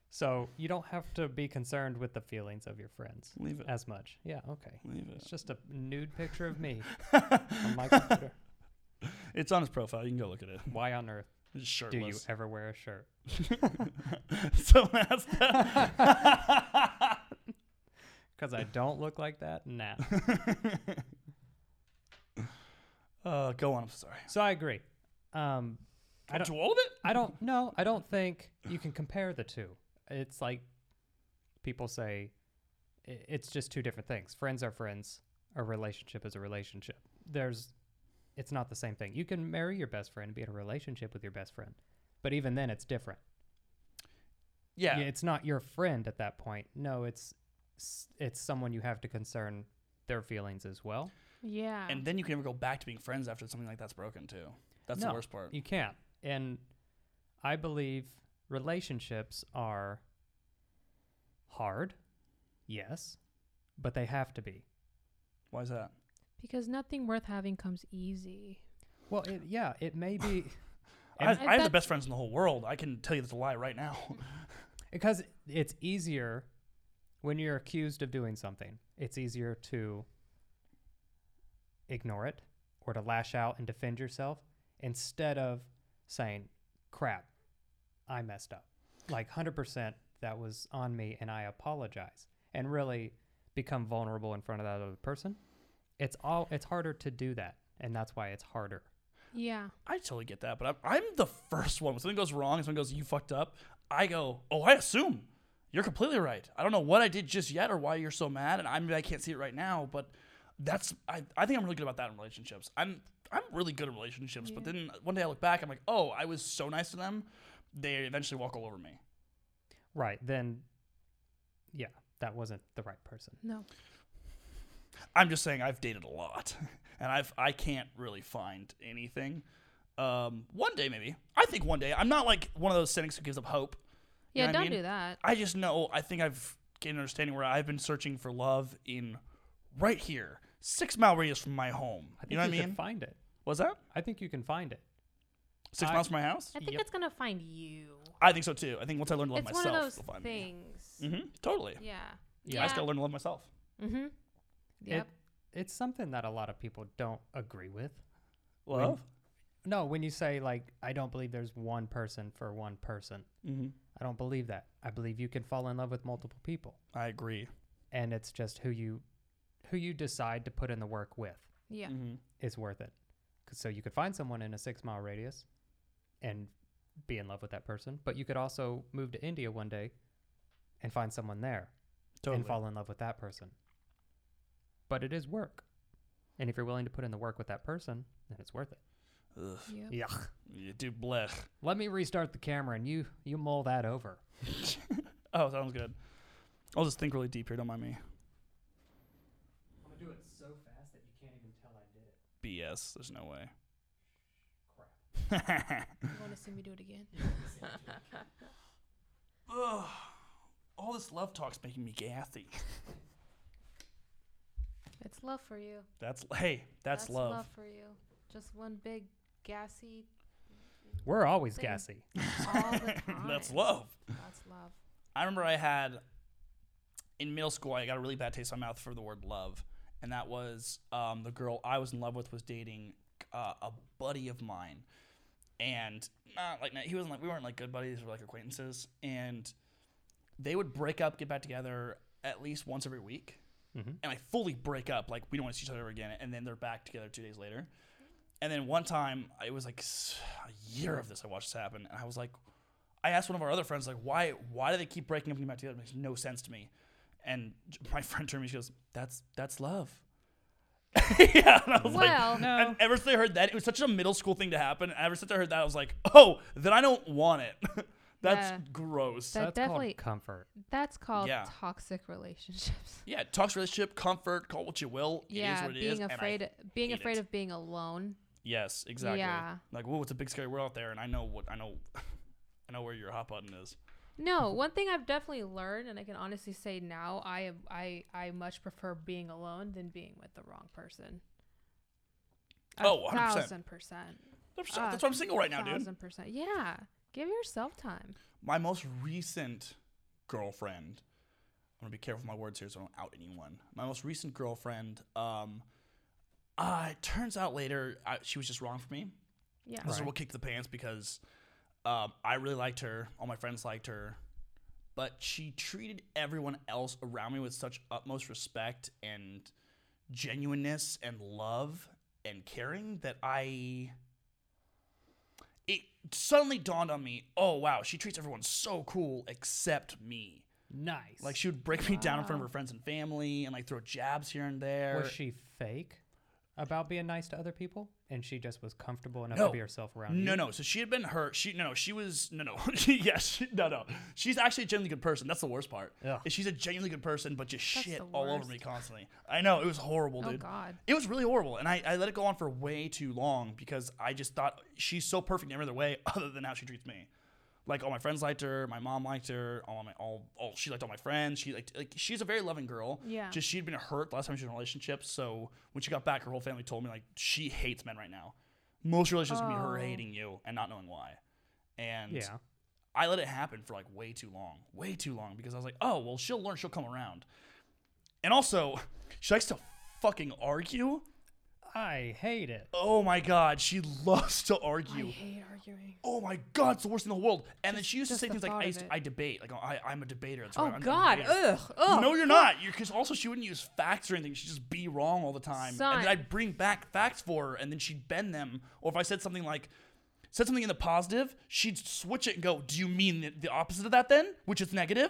Speaker 1: so you don't have to be concerned with the feelings of your friends
Speaker 3: Leave it.
Speaker 1: as much. Yeah, okay.
Speaker 3: Leave it.
Speaker 1: It's just a nude picture of me on my computer.
Speaker 3: It's on his profile. You can go look at it.
Speaker 1: Why on earth
Speaker 3: It's
Speaker 1: do you
Speaker 3: shirtless.
Speaker 1: ever wear a shirt?
Speaker 3: so that's the-
Speaker 1: Because I don't look like that? Nah.
Speaker 3: uh, go on. I'm sorry.
Speaker 1: So I agree. Um, I don't,
Speaker 3: to all of it.
Speaker 1: I don't no, I don't think you can compare the two. It's like people say i- it's just two different things. Friends are friends, a relationship is a relationship. There's it's not the same thing. You can marry your best friend and be in a relationship with your best friend. But even then it's different.
Speaker 3: Yeah.
Speaker 1: It's not your friend at that point. No, it's s- it's someone you have to concern their feelings as well.
Speaker 2: Yeah.
Speaker 3: And then you can never go back to being friends after something like that's broken too. That's the
Speaker 1: No,
Speaker 3: worst part.
Speaker 1: You can't. And I believe relationships are hard, yes, but they have to be.
Speaker 3: Why is that?
Speaker 2: because nothing worth having comes easy.
Speaker 1: Well, it, yeah, it may be
Speaker 3: I,
Speaker 1: And-
Speaker 3: I have the
Speaker 2: That-
Speaker 3: best friends in the whole world. I can tell you that's a lie right now.
Speaker 1: because it's easier when you're accused of doing something. It's easier to ignore it or to lash out and defend yourself instead of saying, "Crap, I messed up." Like 100% that was on me and I apologize. And really become vulnerable in front of that other person. It's all it's harder to do that, and that's why it's harder.
Speaker 2: Yeah.
Speaker 3: I totally get that, but I'm, I'm the first one. When something goes wrong, and someone goes, "You fucked up," I go, "Oh, I assume you're completely right. I don't know what I did just yet or why you're so mad, and I mean I can't see it right now, but that's I, I think I'm really good about that in relationships. I'm I'm really good at relationships, but then one day I look back, I'm like, oh, I was so nice to them. They eventually walk all over me.
Speaker 1: Right. Then yeah, that wasn't the right person.
Speaker 2: No.
Speaker 3: I'm just saying I've dated a lot, and I've I can't really find anything. Um, one day maybe. I think one day. I'm not like one of those cynics who gives up hope. You
Speaker 2: Yeah.
Speaker 3: know what I
Speaker 2: don't
Speaker 3: mean?
Speaker 2: do that.
Speaker 3: I just know. I think I've gained an understanding where I've been searching for love in right here, six mile radius from my home.
Speaker 1: I think
Speaker 3: You know what I
Speaker 1: can
Speaker 3: mean?
Speaker 1: find it.
Speaker 3: Was that
Speaker 1: I think you can find it.
Speaker 3: six
Speaker 1: I-
Speaker 3: miles from my house?
Speaker 2: I think
Speaker 1: Yep.
Speaker 2: it's gonna find you.
Speaker 3: I think so too. I think once I learn to love
Speaker 2: it's
Speaker 3: myself,
Speaker 2: one of those
Speaker 3: it'll find me.
Speaker 2: things.
Speaker 3: Mhm, totally.
Speaker 2: Yeah.
Speaker 3: Yeah. I just
Speaker 2: Yeah.
Speaker 3: gotta learn to love myself.
Speaker 2: Mm-hmm. Yep.
Speaker 1: It, it's something that a lot of people don't agree with.
Speaker 3: Love.
Speaker 1: No, when you say like I don't believe there's one person for one person.
Speaker 3: Mm-hmm.
Speaker 1: I don't believe that. I believe you can fall in love with multiple people.
Speaker 3: I agree.
Speaker 1: And it's just who you who you decide to put in the work with
Speaker 2: yeah.
Speaker 3: Mm-hmm.
Speaker 1: is worth it. 'Cause- So you could find someone in a 6-mile radius and be in love with that person, but you could also move to India one day and find someone there
Speaker 3: Totally.
Speaker 1: and fall in love with that person. But it is work. And if you're willing to put in the work with that person, then it's worth it.
Speaker 3: Ugh.
Speaker 2: Yep.
Speaker 1: Yeah.
Speaker 3: You do blech.
Speaker 1: Let me restart the camera and you you mull that over.
Speaker 3: Oh, sounds good. I'll just think really deep here. Don't mind me.
Speaker 1: I'm gonna do it so fast that you can't even tell I did it.
Speaker 3: BS. There's no way.
Speaker 1: Crap.
Speaker 2: You want to see me do it again?
Speaker 3: Ugh. All this love talk's making me gassy.
Speaker 2: It's love for you.
Speaker 3: That's hey, that's, love.
Speaker 2: for you. Just one big gassy
Speaker 1: We're always
Speaker 2: Same.
Speaker 1: gassy.
Speaker 2: all the time.
Speaker 3: That's love.
Speaker 2: That's love.
Speaker 3: I remember I had in middle school I got a really bad taste in my mouth for the word love, and that was um, the girl I was in love with was dating uh, a buddy of mine, and not like he wasn't like we weren't like good buddies or like acquaintances, and they would break up, get back together at least once every week,
Speaker 1: Mhm.
Speaker 3: and like fully break up, like we don't want to see each other again, and then they're back together two days later. And then one time, it was like s- a year of this. I watched this happen, and I was like, I asked one of our other friends, like, why, why do they keep breaking up and getting back together? It makes no sense to me. And j- my friend turned to me, she goes, "That's that's love." yeah, and I was like,
Speaker 2: Well- No.
Speaker 3: and ever since I heard that, it was such a middle school thing to happen. And ever since I heard that, I was like, oh, then I don't want it. that's
Speaker 2: Yeah.
Speaker 3: gross.
Speaker 2: That
Speaker 1: That's
Speaker 2: definitely
Speaker 1: called comfort.
Speaker 2: that's called
Speaker 3: Yeah.
Speaker 2: toxic relationships.
Speaker 3: yeah, toxic relationship, comfort, call it what you will. it is
Speaker 2: yeah,
Speaker 3: what it is.
Speaker 2: being
Speaker 3: and I-
Speaker 2: afraid being
Speaker 3: hate
Speaker 2: afraid
Speaker 3: it.
Speaker 2: of being alone.
Speaker 3: yes, exactly.
Speaker 2: Yeah.
Speaker 3: Like, whoa, it's a big scary world out there, and I know what I know. I know where your hot button is.
Speaker 2: No, one thing I've definitely learned and I can honestly say now I am I I much prefer being alone than being with the wrong person. A
Speaker 3: Oh, 100%.
Speaker 2: thousand percent.
Speaker 3: That's,
Speaker 2: Ah,
Speaker 3: that's why I'm single right now, dude.
Speaker 2: thousand percent. Yeah. Give yourself time.
Speaker 3: My most recent girlfriend. I'm gonna be careful with my words here, so I don't out anyone. My most recent girlfriend. Um, uh, it turns out later I, she was just wrong for me.
Speaker 2: Yeah.
Speaker 3: This is what kicked the pants because um, I really liked her. All my friends liked her, but she treated everyone else around me with such utmost respect and genuineness and love and caring that I. It suddenly dawned on me. Oh wow, she treats everyone so cool except me.
Speaker 1: Nice.
Speaker 3: Like she would break me down in front of her friends and family, and like throw jabs here and there.
Speaker 1: was she fake about being nice to other people, and she just was comfortable enough
Speaker 3: No.
Speaker 1: to be herself around
Speaker 3: No,
Speaker 1: you?
Speaker 3: no. So she had been hurt. She no, no. She was no, no. yes, she, no, no. She's actually a genuinely good person. That's the worst part.
Speaker 1: Ugh.
Speaker 3: Is She's a genuinely good person, but just
Speaker 2: That's
Speaker 3: shit
Speaker 2: the
Speaker 3: all over
Speaker 2: worst.
Speaker 3: me constantly. I know it was horrible,
Speaker 2: Oh
Speaker 3: dude.
Speaker 2: god.
Speaker 3: It was really horrible, and I, I let it go on for way too long because I just thought she's so perfect in every other way other than how she treats me. Like all my friends liked her, my mom liked her, all my all, all she liked all my friends. She liked like she's a very loving girl.
Speaker 2: Yeah.
Speaker 3: Just she'd been hurt the last time she was in a relationship, so when she got back, her whole family told me like she hates men right now. Most relationships can be her
Speaker 2: Oh.
Speaker 3: hating you and not knowing why. And
Speaker 1: Yeah.
Speaker 3: I let it happen for like way too long, way too long because I was like, oh, well, she'll learn, she'll come around. And also, she likes to fucking argue.
Speaker 1: I hate it.
Speaker 3: Oh my god, she loves to argue.
Speaker 2: I hate arguing.
Speaker 3: Oh my god, it's the worst thing in the world. And then she used to
Speaker 2: just
Speaker 3: say
Speaker 2: the
Speaker 3: things like,
Speaker 2: thought
Speaker 3: I,
Speaker 2: of
Speaker 3: used to-
Speaker 2: it.
Speaker 3: I debate. Like, "Oh, I, I'm a debater. That's
Speaker 2: Oh
Speaker 3: right. I'm a
Speaker 2: god.
Speaker 3: debater."
Speaker 2: Ugh. Ugh.
Speaker 3: No, you're not. You're because also she wouldn't use facts or anything. She'd just be wrong all the time. And
Speaker 2: Son.
Speaker 3: then I'd bring back facts for her, and then she'd bend them. Or if I said something like, said something in the positive, she'd switch it and go, "Do you mean the, the opposite of that then, which is negative?"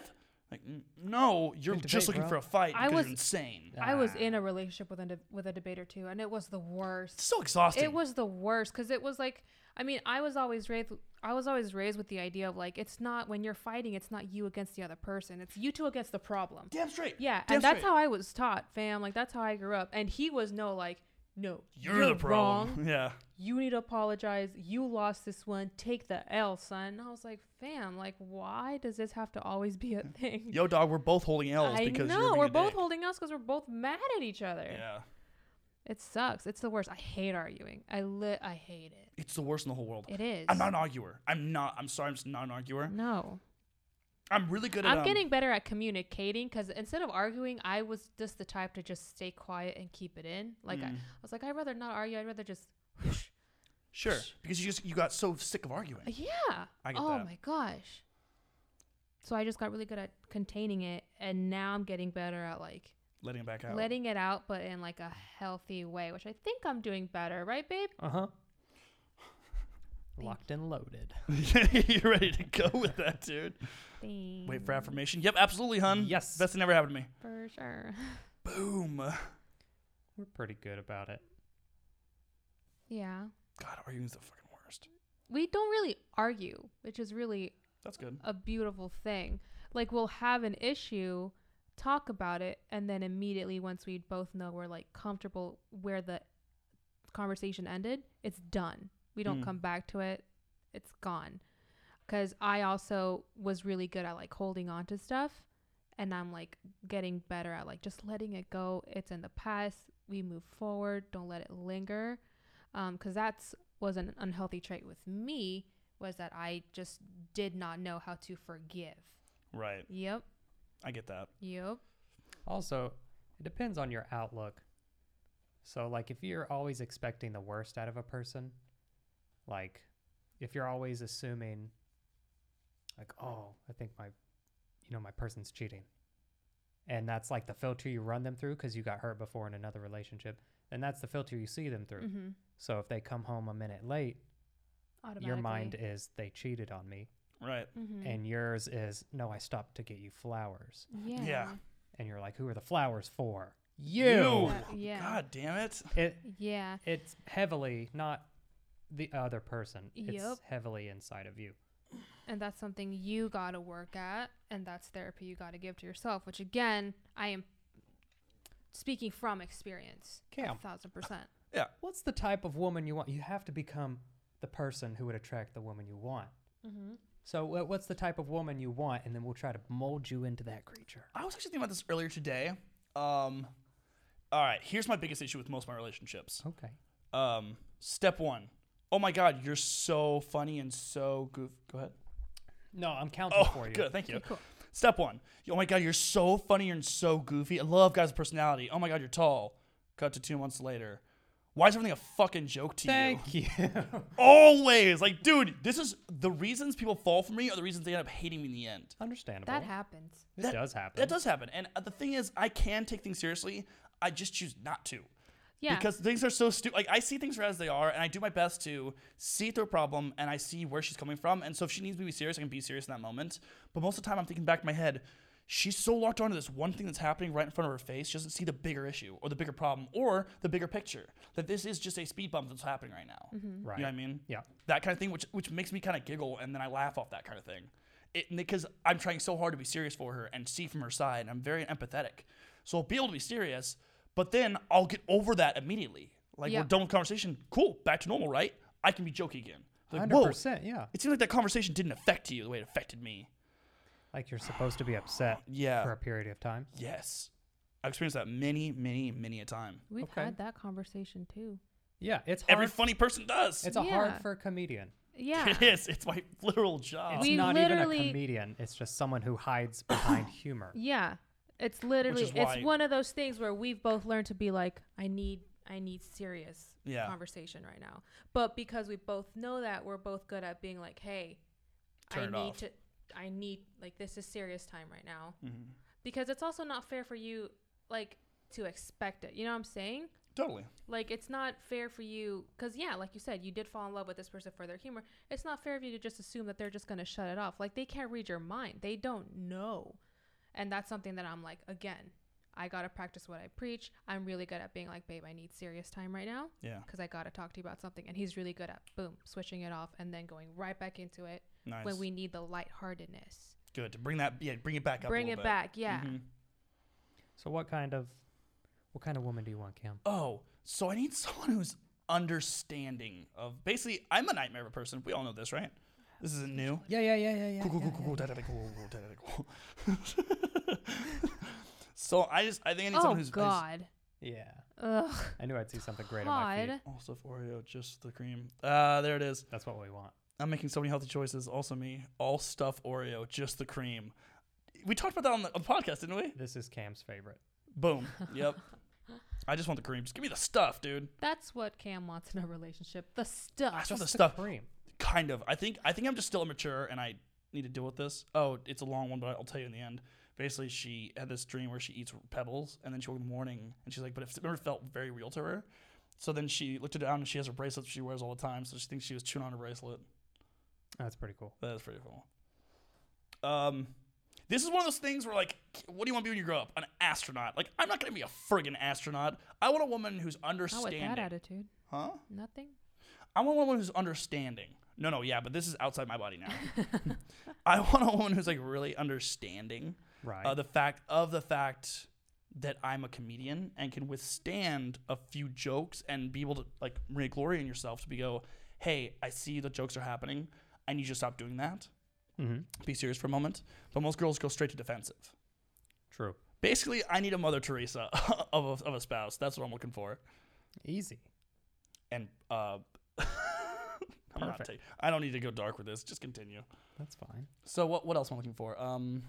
Speaker 3: Like, "N- no, you're
Speaker 1: Good
Speaker 3: just
Speaker 1: debate,
Speaker 3: looking
Speaker 1: bro.
Speaker 3: for a fight
Speaker 2: I
Speaker 3: because
Speaker 2: was-
Speaker 3: you're insane.
Speaker 2: I was in a relationship with a de- with a debater too, and it was the worst.
Speaker 3: It's so exhausting.
Speaker 2: It was the worst because it was like, I mean, I was always raised. I was always raised with the idea of like, it's not when you're fighting, it's not you against the other person, it's you two against the problem.
Speaker 3: damn straight.
Speaker 2: Yeah,
Speaker 3: damn
Speaker 2: and that's
Speaker 3: straight.
Speaker 2: how I was taught, fam. Like that's how I grew up. And he was no like, no,
Speaker 3: You're, the problem.
Speaker 2: wrong.
Speaker 3: Yeah.
Speaker 2: You need to apologize. You lost this one. Take the L, son. And I was like, fam, like why does this have to always be a thing?
Speaker 3: Yo, dog, we're both holding L's
Speaker 2: I
Speaker 3: because
Speaker 2: know
Speaker 3: you're being
Speaker 2: we're
Speaker 3: a
Speaker 2: both
Speaker 3: dick.
Speaker 2: holding us because we're both mad at each other.
Speaker 3: Yeah.
Speaker 2: It sucks. It's the worst. I hate arguing. I lit. I hate it.
Speaker 3: It's the worst in the whole world.
Speaker 2: It is.
Speaker 3: I'm not an arguer. I'm not. I'm sorry. I'm just not an arguer.
Speaker 2: No.
Speaker 3: I'm really good at.
Speaker 2: I'm
Speaker 3: um,
Speaker 2: getting better at communicating because instead of arguing, I was just the type to just stay quiet and keep it in. Like
Speaker 3: Mm.
Speaker 2: I, I was like, I'd rather not argue. I'd rather just.
Speaker 3: sure because you just you got so sick of arguing.
Speaker 2: Yeah.
Speaker 3: I get
Speaker 2: oh
Speaker 3: that.
Speaker 2: my gosh. So I just got really good at containing it, and now I'm getting better at like
Speaker 3: Letting it back out.
Speaker 2: letting it out, but in like a healthy way, which I think I'm doing better, right, babe?
Speaker 1: Uh huh. Locked and loaded.
Speaker 3: you ready to go with that, dude?
Speaker 2: Thing
Speaker 3: Wait for affirmation. Yep, absolutely, hun.
Speaker 1: Yes.
Speaker 3: best thing ever happened to me.
Speaker 2: for sure.
Speaker 3: Boom.
Speaker 1: We're pretty good about it.
Speaker 2: yeah,
Speaker 3: God, arguing's the fucking worst.
Speaker 2: we don't really argue, which is really
Speaker 3: That's good.
Speaker 2: a beautiful thing. Like we'll have an issue, talk about it, and then immediately once we both know we're like comfortable where the conversation ended, it's done. We don't
Speaker 3: Mm.
Speaker 2: come back to it. It's gone. Cuz I also was really good at like holding on to stuff and I'm like getting better at like just letting it go. It's in the past. We move forward. Don't let it linger. Um, 'cause cuz that's was an unhealthy trait with me was that I just did not know how to forgive.
Speaker 3: Right.
Speaker 2: Yep.
Speaker 3: I get that.
Speaker 2: Yep.
Speaker 1: Also, it depends on your outlook. So, like, if you're always expecting the worst out of a person, like, if you're always assuming, like, oh, I think my, you know, my person's cheating, and that's like the filter you run them through because you got hurt before in another relationship, then that's the filter you see them through.
Speaker 2: Mm-hmm.
Speaker 1: So, if they come home a minute late,
Speaker 2: Automatically.
Speaker 1: your mind is they cheated on me,
Speaker 3: Right.
Speaker 2: Mm-hmm.
Speaker 1: and yours is no, I stopped to get you flowers,
Speaker 2: yeah.
Speaker 3: Yeah.
Speaker 1: and you're like, who are the flowers for?
Speaker 3: You.
Speaker 2: Uh, yeah.
Speaker 3: God damn it.
Speaker 1: It
Speaker 2: Yeah.
Speaker 1: it's heavily not the other person.
Speaker 2: Yep.
Speaker 1: It's heavily inside of you.
Speaker 2: And that's something you got to work at. And that's therapy you got to give to yourself, which again, I am speaking from experience. A
Speaker 1: Cam.
Speaker 2: thousand percent.
Speaker 1: What's the type of woman you want? You have to become the person who would attract the woman you want.
Speaker 2: Mm-hmm.
Speaker 1: So wha- what's the type of woman you want, and then we'll try to mold you into that creature.
Speaker 3: I was actually thinking about this earlier today. Um, all right, here's my biggest issue with most of my relationships.
Speaker 1: Okay.
Speaker 3: Um, step one. Oh my God, you're so funny and so goof. Go ahead.
Speaker 1: No, I'm counting
Speaker 3: Oh,
Speaker 1: for you.
Speaker 3: good. Thank you. Step one. Oh my God, you're so funny and so goofy. I love guys' personality. Oh my God, you're tall. Cut to two months later. Why is everything a fucking joke to you?
Speaker 1: Thank you.
Speaker 3: Always. Like, dude, this is the reasons people fall for me are the reasons they end up hating me in the end.
Speaker 1: Understandable.
Speaker 2: That happens.
Speaker 1: This does happen.
Speaker 3: That does happen. And uh, the thing is, I can take things seriously. I just choose not to.
Speaker 2: Yeah.
Speaker 3: Because things are so stupid. Like, I see things for as they are, and I do my best to see through a problem, and I see where she's coming from. And so if she needs me to be serious, I can be serious in that moment. But most of the time, I'm thinking back in my head, she's so locked onto this one thing that's happening right in front of her face. She doesn't see the bigger issue, or the bigger problem, or the bigger picture. That this is just a speed bump that's happening right now.
Speaker 1: right.
Speaker 3: You know what I mean?
Speaker 1: Yeah.
Speaker 3: That kind of thing, which which makes me kind of giggle, and then I laugh off that kind of thing. It because I'm trying so hard to be serious for her and see from her side, and I'm very empathetic, so I'll be able to be serious. But then I'll get over that immediately. Like
Speaker 2: Yeah.
Speaker 3: we're done with conversation. Cool, back to normal, right? I can be joking again. Like,
Speaker 1: Hundred
Speaker 3: whoa,
Speaker 1: percent. Yeah.
Speaker 3: it seems like that conversation didn't affect you the way it affected me.
Speaker 1: Like you're supposed to be upset.
Speaker 3: Yeah.
Speaker 1: For a period of time.
Speaker 3: Yes, I've experienced that many, many, many a time.
Speaker 2: We've
Speaker 1: Okay.
Speaker 2: had that conversation too.
Speaker 1: Yeah. It's hard.
Speaker 3: Every funny person does.
Speaker 1: it's a
Speaker 2: Yeah.
Speaker 1: hard for a comedian.
Speaker 2: Yeah.
Speaker 3: It is. It's my literal job.
Speaker 1: It's
Speaker 2: We
Speaker 1: not even
Speaker 2: literally-
Speaker 1: a comedian. It's just someone who hides behind humor.
Speaker 2: Yeah. It's literally
Speaker 3: is why-
Speaker 2: it's one of those things where we've both learned to be like, I need I need serious
Speaker 3: Yeah.
Speaker 2: conversation right now. But because we both know that, we're both good at being like, Hey,
Speaker 3: Turn
Speaker 2: I
Speaker 3: it
Speaker 2: need
Speaker 3: off.
Speaker 2: to I need like this is serious time right now.
Speaker 3: Mm-hmm.
Speaker 2: Because it's also not fair for you like to expect it. You know what I'm saying?
Speaker 3: Totally.
Speaker 2: Like it's not fair for you because yeah, like you said, you did fall in love with this person for their humor. It's not fair of you to just assume that they're just gonna shut it off. Like they can't read your mind. They don't know, and that's something that I'm like again. I gotta practice what I preach. I'm really good at being like, babe, I need serious time right now
Speaker 3: Yeah.
Speaker 2: because I gotta talk to you about something. And he's really good at boom switching it off and then going right back into it
Speaker 3: Nice.
Speaker 2: when we need the lightheartedness.
Speaker 3: Good to bring that. Yeah, bring it back up. a
Speaker 2: Bring it
Speaker 3: little bit. Mm-hmm.
Speaker 2: back, yeah.
Speaker 1: So what kind of what kind of woman do you want, Cam?
Speaker 3: oh, so I need someone who's understanding of basically I'm a nightmare of a person. We all know this, right? This isn't new.
Speaker 1: Yeah, yeah, yeah, yeah, yeah.
Speaker 3: Cool, cool, cool, cool, cool, da, da, da, cool, cool, da, da, da, cool. So I just I think I need
Speaker 2: Oh
Speaker 3: someone who's who's-
Speaker 2: God,
Speaker 1: Yeah.
Speaker 2: ugh,
Speaker 1: I knew I'd see something great on my feet.
Speaker 2: God.
Speaker 3: also for Oreo, just the cream. Uh there it is.
Speaker 1: That's what we want.
Speaker 3: I'm making so many healthy choices. Also me, all stuff Oreo, just the cream. We talked about that on the, on the podcast, didn't we?
Speaker 1: This is Cam's favorite.
Speaker 3: Boom. Yep. I just want the cream. Just give me the stuff, dude.
Speaker 2: That's what Cam wants in a relationship. The
Speaker 3: I
Speaker 2: stuff.
Speaker 3: just want the stuff.
Speaker 1: Cream.
Speaker 3: Kind of. I think I think I'm just still immature and I need to deal with this. Oh, it's a long one, but I'll tell you in the end. Basically, she had this dream where she eats pebbles and then she woke up in the morning and she's like, but it never felt very real to her. So then she looked it down and she has her bracelet she wears all the time. So she thinks she was chewing on her bracelet.
Speaker 1: Oh, That's pretty cool.
Speaker 3: That is pretty cool. Um, this is one of those things where like, what do you want to be when you grow up? An astronaut? Like, I'm not gonna be a friggin' astronaut. I want a woman who's
Speaker 2: Not Oh, with
Speaker 3: understanding.
Speaker 2: that attitude.
Speaker 3: huh?
Speaker 2: Nothing.
Speaker 3: I want a woman who's understanding. No, no, yeah, but this is outside my body now. I want a woman who's like really understanding
Speaker 1: Right.
Speaker 3: uh, the fact of the fact that I'm a comedian and can withstand a few jokes and be able to like really glory in yourself to be go, hey, I see the jokes are happening. I need you to stop doing that.
Speaker 1: mm-hmm.
Speaker 3: Be serious for a moment. But most girls go straight to defensive.
Speaker 1: True.
Speaker 3: Basically, I need a Mother Teresa of a, of a spouse. That's what I'm looking for.
Speaker 1: Easy.
Speaker 3: And uh, I'm not
Speaker 1: Perfect.
Speaker 3: take, I don't need to go dark with this. Just continue.
Speaker 1: That's fine.
Speaker 3: So what what else am I looking for? Um,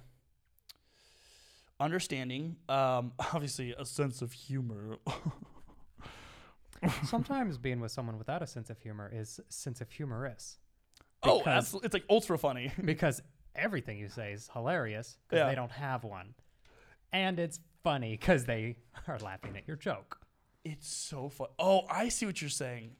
Speaker 3: understanding. Um, obviously a sense of humor.
Speaker 1: Sometimes being with someone without a sense of humor is sense of humorous
Speaker 3: oh,
Speaker 1: Because-
Speaker 3: absolutely. It's like ultra funny.
Speaker 1: because everything you say is hilarious because
Speaker 3: Yeah.
Speaker 1: they don't have one, and it's funny because they are laughing at your joke.
Speaker 3: It's so fun. Oh, I see what you're saying.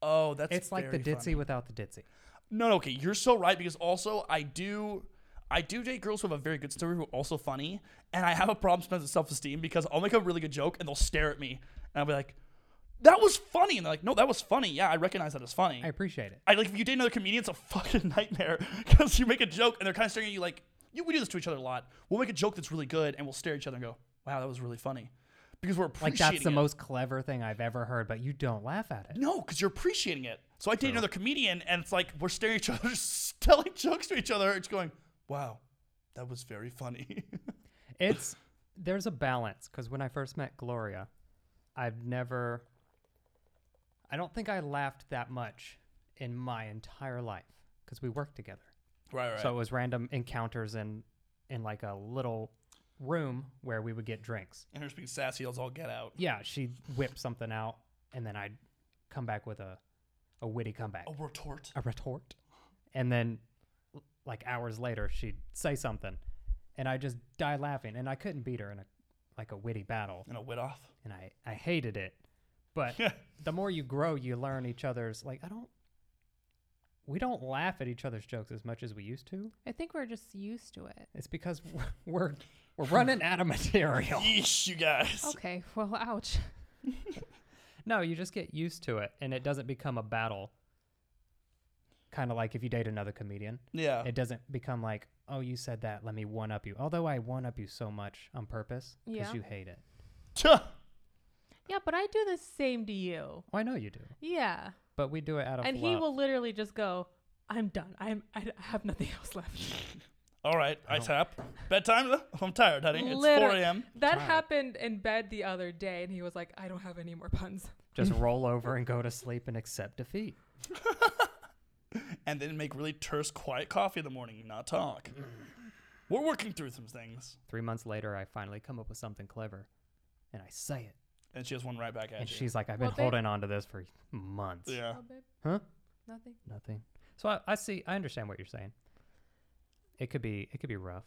Speaker 3: Oh, that's
Speaker 1: It's, like the
Speaker 3: very
Speaker 1: ditzy
Speaker 3: funny.
Speaker 1: without the ditzy.
Speaker 3: No, no, okay, you're so right because also I do, I do date girls who have a very good story who are also funny, and I have a problem sometimes with self esteem because I'll make a really good joke and they'll stare at me and I'll be like, "That was funny," and they're like, "No, that was funny. Yeah, I recognize that as funny."
Speaker 1: I appreciate it.
Speaker 3: I like if you date another comedian, it's a fucking nightmare because you make a joke and they're kind of staring at you like, you, we do this to each other a lot. We'll make a joke that's really good and we'll stare at each other and go, wow, that was really funny. Because we're
Speaker 1: Like
Speaker 3: appreciating
Speaker 1: that's the
Speaker 3: it.
Speaker 1: most clever thing I've ever heard, but you don't laugh at it.
Speaker 3: No, because you're appreciating it. So I
Speaker 1: Oh.
Speaker 3: date another comedian and it's like we're staring at each other, just telling jokes to each other. It's going, wow, that was very funny.
Speaker 1: It's there's a balance because when I first met Gloria, I've never, I don't think I laughed that much in my entire life because we worked together.
Speaker 3: right,
Speaker 1: So it was random encounters in in like a little room where we would get drinks.
Speaker 3: and her being sassy, let's all get out.
Speaker 1: Yeah, she'd whip something out, and then I'd come back with a a witty comeback,
Speaker 3: A retort.
Speaker 1: a retort, and then l- like hours later she'd say something, and I just die laughing, and I couldn't beat her in a like a witty battle,
Speaker 3: And a wit off.
Speaker 1: and I I hated it, but the more you grow, you learn each other's like I don't. We don't laugh at each other's jokes as much as we used to.
Speaker 2: I think we're just used to it.
Speaker 1: It's because we're we're running out of material.
Speaker 3: Yeesh, you guys.
Speaker 2: Okay. Well, ouch.
Speaker 1: No, you just get used to it, and it doesn't become a battle. Kind of like if you date another comedian,
Speaker 2: Uh,
Speaker 3: Yeah.
Speaker 1: it doesn't become like, oh, you said that, let me one up you. Although I one up you so much on purpose because
Speaker 2: Yeah.
Speaker 1: you hate it.
Speaker 3: Tuh.
Speaker 2: Yeah, but I do the same to you.
Speaker 1: Oh, I know you do,
Speaker 2: Yeah.
Speaker 1: but we do it out of
Speaker 2: and he
Speaker 1: love.
Speaker 2: will literally just go, "I'm done. I'm. I d- I have nothing else left."
Speaker 3: all right, I tap. Bedtime? I'm tired, honey. It's 4
Speaker 2: Literally.
Speaker 3: a.m.
Speaker 2: That
Speaker 1: Tired.
Speaker 2: happened in bed the other day, and he was like, "I don't have any more puns."
Speaker 1: just roll over and go to sleep and accept defeat.
Speaker 3: and then make really terse, quiet coffee in the morning, not talk. We're working through some things.
Speaker 1: Three months later, I finally come up with something clever, and I say it,
Speaker 3: And she has one right back at
Speaker 1: and
Speaker 3: you.
Speaker 1: she's like, I've been
Speaker 2: Well, babe-
Speaker 1: holding on to this for months.
Speaker 3: yeah.
Speaker 2: Oh, babe,
Speaker 1: Huh?
Speaker 2: nothing.
Speaker 1: Nothing. So I, I see. I understand what you're saying. It could be. It could be rough.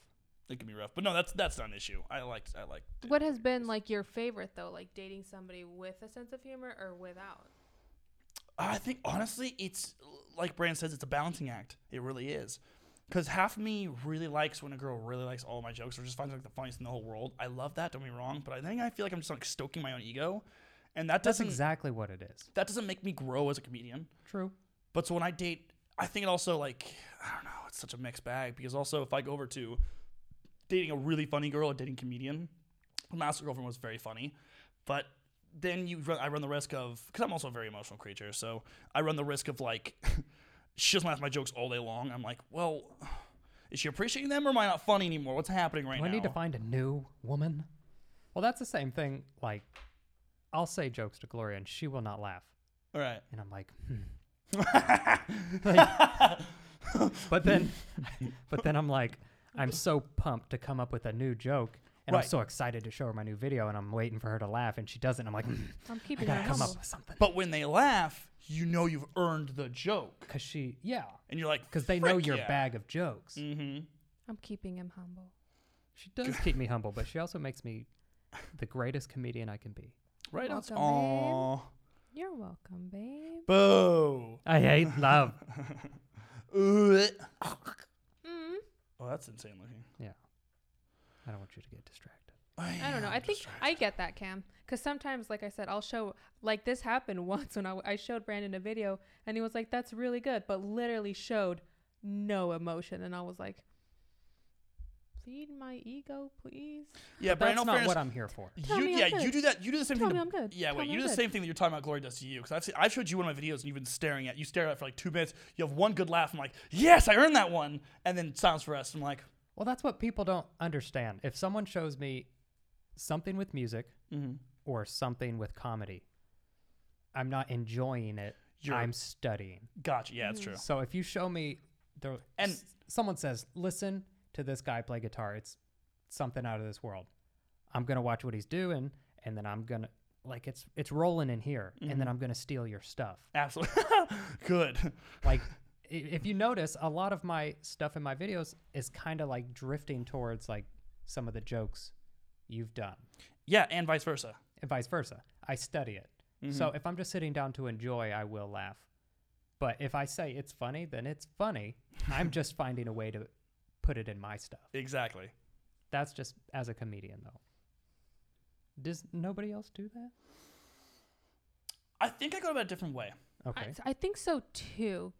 Speaker 3: It can be rough. But no, that's that's not an issue. I like I like
Speaker 2: What has been like your favorite though, like dating somebody with a sense of humor or without?
Speaker 3: I think honestly, it's like Brand says, it's a balancing act. It really is. Because half of me really likes when a girl really likes all my jokes or just finds like the funniest in the whole world. I love that. Don't be wrong, but I think I feel like I'm just like stoking my own ego, and that
Speaker 1: That's
Speaker 3: doesn't
Speaker 1: exactly what it is.
Speaker 3: that doesn't make me grow as a comedian.
Speaker 1: True.
Speaker 3: But so when I date, I think it also like I don't know, it's such a mixed bag because also if I go over to dating a really funny girl or dating comedian, my last girlfriend was very funny, but then you run, I run the risk of because I'm also a very emotional creature, so I run the risk of like she doesn't laugh at my jokes all day long. I'm like, well, is she appreciating them or am I not funny anymore? What's happening right
Speaker 1: Do I
Speaker 3: now?
Speaker 1: need to find a new woman? Well, that's the same thing. Like, I'll say jokes to Gloria, and she will not laugh.
Speaker 3: all right.
Speaker 1: And I'm like, hmm, But then, but then I'm like, I'm so pumped to come up with a new joke, and I'm
Speaker 3: Right.
Speaker 1: so excited to show her my new video, and I'm waiting for her to laugh, and she doesn't. I'm like, hmm,
Speaker 2: I'm
Speaker 1: I
Speaker 2: keeping
Speaker 1: gotta
Speaker 2: that
Speaker 1: come
Speaker 2: humble.
Speaker 1: up with something.
Speaker 3: But when they laugh, you know you've earned the joke,
Speaker 1: Cause she, yeah,
Speaker 3: and you're like,
Speaker 1: cause they know
Speaker 3: "Frick
Speaker 1: your
Speaker 3: yeah."
Speaker 1: bag of jokes.
Speaker 3: Mhm.
Speaker 2: I'm keeping him humble.
Speaker 1: She does keep me humble, but she also makes me the greatest comedian I can be.
Speaker 3: Right. That's
Speaker 2: Welcome in.
Speaker 3: all.
Speaker 2: You're welcome, babe.
Speaker 3: Boo.
Speaker 1: I hate love.
Speaker 3: Ooh.
Speaker 2: Mm.
Speaker 3: Oh, that's insane looking.
Speaker 1: yeah, I don't want you to get distracted.
Speaker 2: I don't know. I think I get that, Cam. Because sometimes, like I said, I'll show, like this happened once when I, I showed Brandon a video and he was like, that's really good, but literally showed no emotion. And I was like, feed my ego, please.
Speaker 3: Yeah, but
Speaker 1: That's
Speaker 3: in all
Speaker 1: not
Speaker 3: fairness,
Speaker 1: what I'm here for.
Speaker 2: Tell
Speaker 3: you,
Speaker 2: me I'm
Speaker 3: yeah,
Speaker 2: good.
Speaker 3: you do that. You do the same
Speaker 2: Tell
Speaker 3: thing.
Speaker 2: me
Speaker 3: to-
Speaker 2: I'm good.
Speaker 3: Yeah,
Speaker 2: Tell
Speaker 3: wait.
Speaker 2: me I'm
Speaker 3: You do the
Speaker 2: good.
Speaker 3: same thing that you're talking about. Glory does to you. Because I've seen, I showed you one of my videos and you've been staring at. You stare at it for like two minutes. You have one good laugh. I'm like, yes, I earned that one. And then silence for us. I'm like,
Speaker 1: Well, that's what people don't understand. If someone shows me something with music
Speaker 3: Mm-hmm.
Speaker 1: or something with comedy, I'm not enjoying it.
Speaker 3: You're-
Speaker 1: I'm studying.
Speaker 3: gotcha. Yeah, it's true.
Speaker 1: So if you show me the
Speaker 3: And-
Speaker 1: s- someone says, "Listen to this guy play guitar. It's something out of this world." I'm going to watch what he's doing and then I'm going to like it's it's rolling in here
Speaker 3: Mm-hmm.
Speaker 1: and then I'm going to steal your stuff.
Speaker 3: Absolutely. good.
Speaker 1: Like i- if you notice, a lot of my stuff in my videos is kind of like drifting towards like some of the jokes you've done
Speaker 3: Yeah, and vice versa.
Speaker 1: and vice versa. I study it. So
Speaker 3: Mm-hmm.
Speaker 1: if I'm just sitting down to enjoy, I will laugh. But if I say it's funny, then it's funny. I'm just finding a way to put it in my stuff.
Speaker 3: Exactly.
Speaker 1: That's just as a comedian, though. Does nobody else do that?
Speaker 3: I think I go about a different way.
Speaker 1: Okay.
Speaker 2: I, I think so too.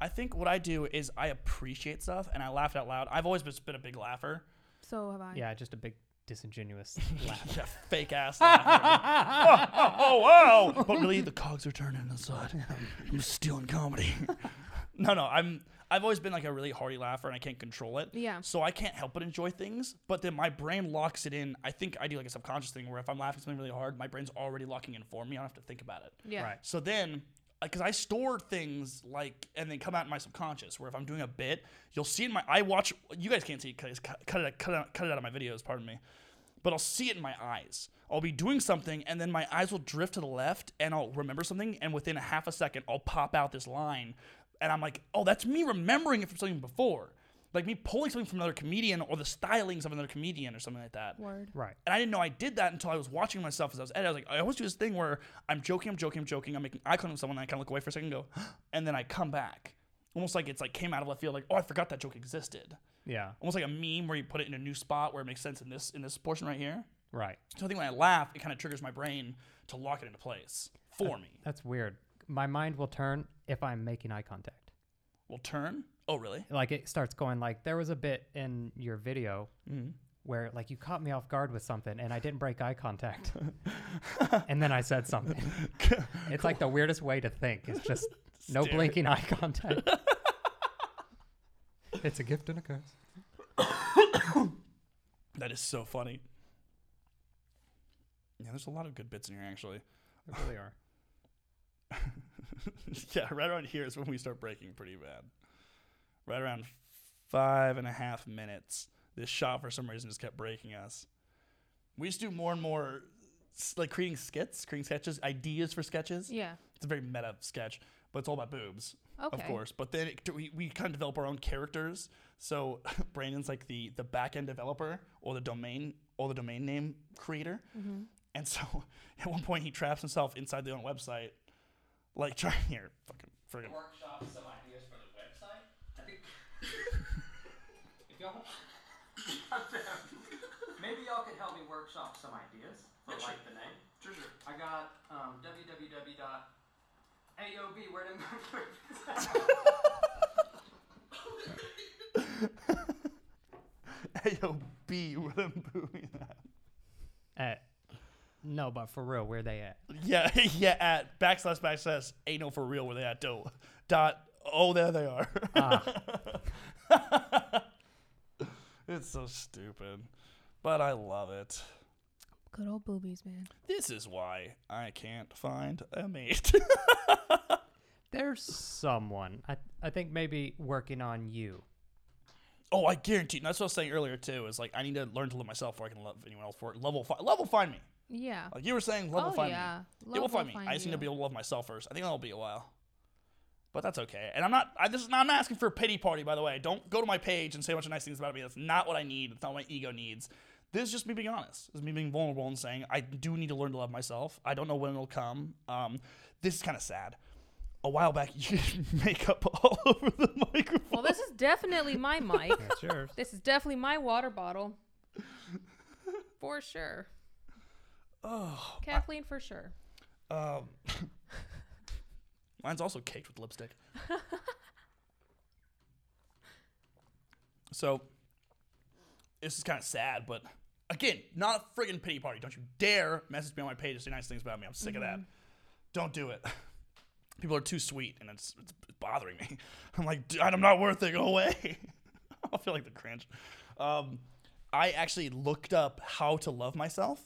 Speaker 3: I think what I do is I appreciate stuff and I laugh out loud. I've always been, been a big laugher.
Speaker 2: So have I.
Speaker 1: yeah, just a big disingenuous laugh.
Speaker 3: yeah, fake ass laugher. oh, oh, oh, oh. But really, the cogs are turning inside. I'm stealing comedy. no, no, I'm. I've always been like a really hearty laugher, and I can't control it.
Speaker 2: Yeah.
Speaker 3: So I can't help but enjoy things, but then my brain locks it in. I think I do like a subconscious thing where if I'm laughing something really hard, my brain's already locking in for me. I don't have to think about it.
Speaker 2: Yeah.
Speaker 1: Right.
Speaker 3: So then, because I store things like, and then come out in my subconscious. Where if I'm doing a bit, you'll see in my. I watch. You guys can't see it because cut, cut it, out- cut it, out- cut it out of my videos. Pardon me, but I'll see it in my eyes. I'll be doing something, and then my eyes will drift to the left, and I'll remember something, and within a half a second, I'll pop out this line, and I'm like, oh, that's me remembering it from something before. Like me pulling something from another comedian or the stylings of another comedian or something like that.
Speaker 2: Word.
Speaker 1: Right.
Speaker 3: And I didn't know I did that until I was watching myself as I was editing. I was like, I always do this thing where I'm joking, I'm joking, I'm joking. I'm making eye contact with someone, and I kind of look away for a second and go, and then I come back. Almost like it's like came out of left field, like, oh, I forgot that joke existed.
Speaker 1: Yeah.
Speaker 3: Almost like a meme where you put it in a new spot where it makes sense in this in this portion right here.
Speaker 1: Right.
Speaker 3: So I think when I laugh, it kind of triggers my brain to lock it into place for me.
Speaker 1: That's weird. My mind will turn if I'm making eye contact.
Speaker 3: Will turn. Oh, really?
Speaker 1: like it starts going like there was a bit in your video where like you caught me off guard with something and I didn't break eye contact and then I said something. it's like the weirdest way to think. It's just no
Speaker 3: Stare.
Speaker 1: blinking eye contact. it's a gift and a curse.
Speaker 3: That is so funny. Yeah, there's a lot of good bits in here actually.
Speaker 1: They really are.
Speaker 3: yeah, right around here is when we start breaking pretty bad. Right around five and a half minutes, this shot for some reason just kept breaking us. We just do more and more, s- like creating skits, creating sketches, ideas for sketches.
Speaker 2: Yeah.
Speaker 3: It's a very meta sketch, but it's all about boobs, of
Speaker 2: Okay.
Speaker 3: course. But then it, we, we kind of develop our own characters. So Brandon's like the the back end developer or the domain or the domain name creator. And so at one point he traps himself inside their own website, like trying here fucking friggin'
Speaker 5: Workshop some ideas for the website. I think. if y'all. Maybe y'all could help me workshop some ideas for like the name.
Speaker 4: Sure, sure.
Speaker 5: I got um, www. AOB, where did my
Speaker 3: AOB with a booby.
Speaker 1: Uh, no, but for real, where they at?
Speaker 3: Yeah, yeah, at backslash backslash ain't no for real where they at do dot oh there they are. it's so stupid. But I love it.
Speaker 2: Good old boobies, man.
Speaker 3: This is why I can't find a mate.
Speaker 1: There's someone. I I think maybe working on you.
Speaker 3: Oh, I guarantee. And that's what I was saying earlier too. Is like I need to learn to love myself before I can love anyone else. For it. love will find love will find me.
Speaker 2: Yeah.
Speaker 3: Like you were saying, love
Speaker 2: Oh,
Speaker 3: will find
Speaker 2: yeah.
Speaker 3: me.
Speaker 2: Love
Speaker 3: it will
Speaker 2: will
Speaker 3: find me.
Speaker 2: find
Speaker 3: I just need to
Speaker 2: you.
Speaker 3: be able to love myself first. I think that'll be a while. But that's okay. And I'm not. I, this is not. I'm not asking for a pity party, by the way. Don't go to my page and say a bunch of nice things about me. That's not what I need. That's not what my ego needs. This is just me being honest. This is me being vulnerable and saying I do need to learn to love myself. I don't know when it'll come. Um, this is kind of sad. A while back, you did makeup all over the microphone.
Speaker 2: Well, this is definitely my mic.
Speaker 1: That's yours.
Speaker 2: this is definitely my water bottle. For sure. Oh. Kathleen, for sure.
Speaker 3: Um, mine's also caked with lipstick. so, this is kind of sad, but again, not a friggin' pity party. Don't you dare message me on my page and say nice things about me. I'm sick of that. Don't do it. People are too sweet, and it's, it's bothering me. I'm like, "Dude, I'm not worth it. Go away. I feel like the cringe. Um, I actually looked up how to love myself,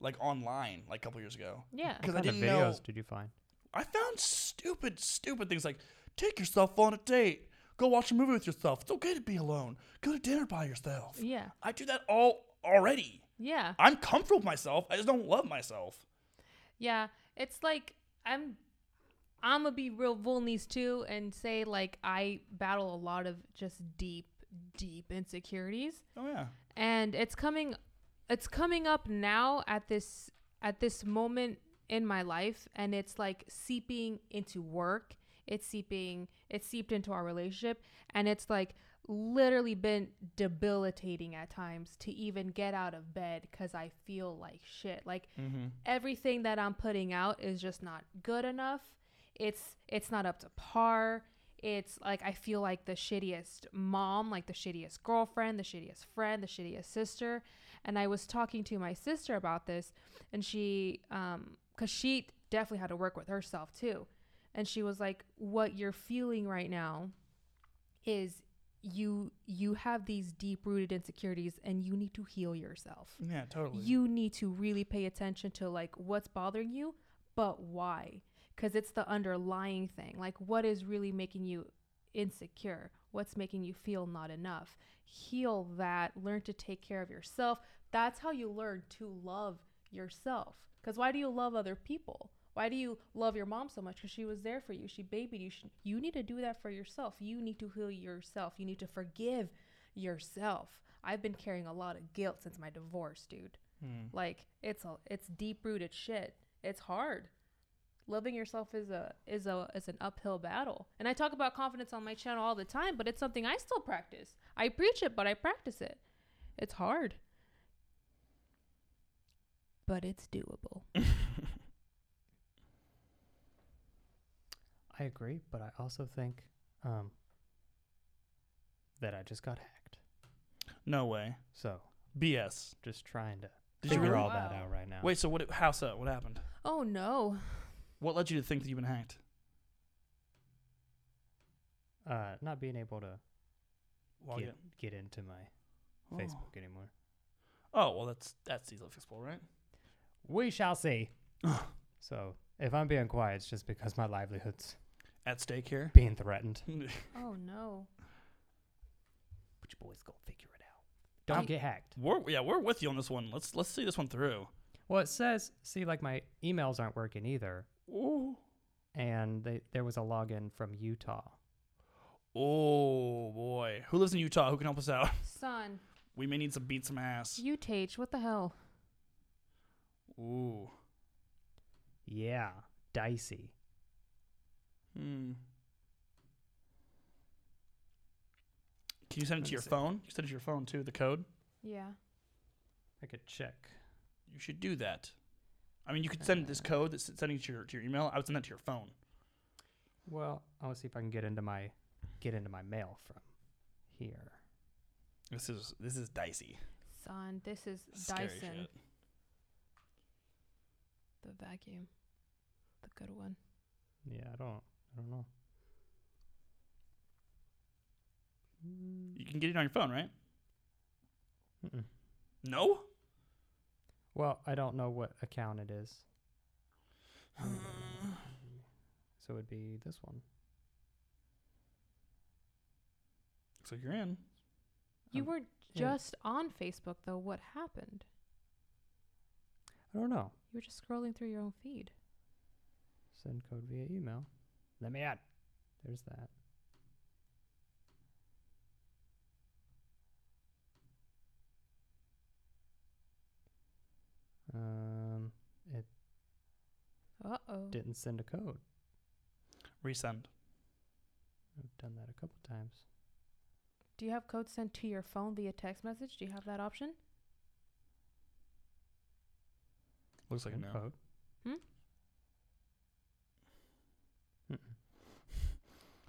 Speaker 3: like online, like a couple years ago.
Speaker 2: Yeah.
Speaker 3: Because I
Speaker 1: What kind of
Speaker 3: didn't
Speaker 1: videos
Speaker 3: know.
Speaker 1: did you find?
Speaker 3: I found stupid, stupid things like take yourself on a date, go watch a movie with yourself. It's okay to be alone. Go to dinner by yourself.
Speaker 2: Yeah.
Speaker 3: I do that all already.
Speaker 2: Yeah.
Speaker 3: I'm comfortable with myself. I just don't love myself.
Speaker 2: Yeah, it's like I'm I'm gonna be real vulnies too and say like I battle a lot of just deep deep insecurities
Speaker 3: Oh yeah.
Speaker 2: and it's coming it's coming up now at this at this moment in my life and it's like seeping into work it's seeping it's seeped into our relationship and it's like literally been debilitating at times to even get out of bed because i feel like shit like everything that i'm putting out is just not good enough it's it's not up to par it's like i feel like the shittiest mom like the shittiest girlfriend the shittiest friend the shittiest sister and i was talking to my sister about this and she um because she definitely had to work with herself too and she was like what you're feeling right now is you you have these deep rooted insecurities and you need to heal yourself
Speaker 3: Yeah, totally.
Speaker 2: you need to really pay attention to like what's bothering you but why because it's the underlying thing like what is really making you insecure what's making you feel not enough heal that learn to take care of yourself that's how you learn to love yourself because why do you love other people why do you love your mom so much because she was there for you she babied you she, you need to do that for yourself you need to heal yourself you need to forgive yourself. I've been carrying a lot of guilt since my divorce, dude. Like it's a it's deep rooted shit. It's hard. Loving yourself is a is a is an uphill battle. And I talk about confidence on my channel all the time, but it's something I still practice. I preach it, but I practice it. It's hard. But it's doable.
Speaker 1: I agree, but I also think um, that I just got hacked.
Speaker 3: no way.
Speaker 1: So
Speaker 3: BS.
Speaker 1: just trying to
Speaker 3: Did you
Speaker 1: figure
Speaker 3: really?
Speaker 1: all that
Speaker 2: Wow.
Speaker 1: out right now.
Speaker 3: Wait, so what how so? What happened?
Speaker 2: Oh no.
Speaker 3: What led you to think that you've been hacked?
Speaker 1: Uh, not being able to
Speaker 3: Log
Speaker 1: get,
Speaker 3: in.
Speaker 1: get into my Facebook anymore.
Speaker 3: Oh well that's that's easily fixable, right?
Speaker 1: We shall see. so if I'm being quiet, it's just because my livelihood's
Speaker 3: At stake here.
Speaker 1: being threatened.
Speaker 2: Oh no.
Speaker 1: But you boys gonna figure it out. Don't
Speaker 3: I'm-
Speaker 1: get hacked.
Speaker 3: we're yeah, we're with you on this one. Let's let's see this one through.
Speaker 1: Well, it says, see, like my emails aren't working either,
Speaker 3: Ooh.
Speaker 1: and they, there was a login from Utah.
Speaker 3: Oh boy. Who lives in Utah? Who can help us out?
Speaker 2: Son,
Speaker 3: We may need to beat some ass.
Speaker 2: you Tage, what the hell?
Speaker 3: Ooh.
Speaker 1: Yeah, dicey.
Speaker 3: Hmm. Can you send it to your phone? You send it to your phone too, the code?
Speaker 2: Yeah.
Speaker 1: I could check.
Speaker 3: You should do that. I mean, you could send
Speaker 2: Uh.
Speaker 3: this code that's sending it to your, to your email. I would send that to your phone.
Speaker 1: Well, I'll see if I can get into my get into my mail from here.
Speaker 3: This is this is dicey.
Speaker 2: Son, this is
Speaker 3: Scary
Speaker 2: Dyson.
Speaker 3: shit.
Speaker 2: The vacuum. The good one.
Speaker 1: Yeah, I don't, I don't know.
Speaker 3: You can get it on your phone, right?
Speaker 1: Mm-mm.
Speaker 3: No?
Speaker 2: Uh.
Speaker 1: Well, I don't know what account it is. So it would be this one.
Speaker 3: Looks like you're in.
Speaker 2: You
Speaker 1: Um,
Speaker 2: were
Speaker 1: yeah.
Speaker 2: just on Facebook though. What happened?
Speaker 1: I don't know.
Speaker 2: You were just scrolling through your own feed.
Speaker 1: Send code via email. Let me add. There's that. Um, it
Speaker 2: Uh oh.
Speaker 1: didn't send a code.
Speaker 3: Resend.
Speaker 1: I've done that a couple times.
Speaker 2: Do you have code sent to your phone via text message? Do you have that option?
Speaker 3: Looks like a
Speaker 1: Send
Speaker 3: no.
Speaker 1: code.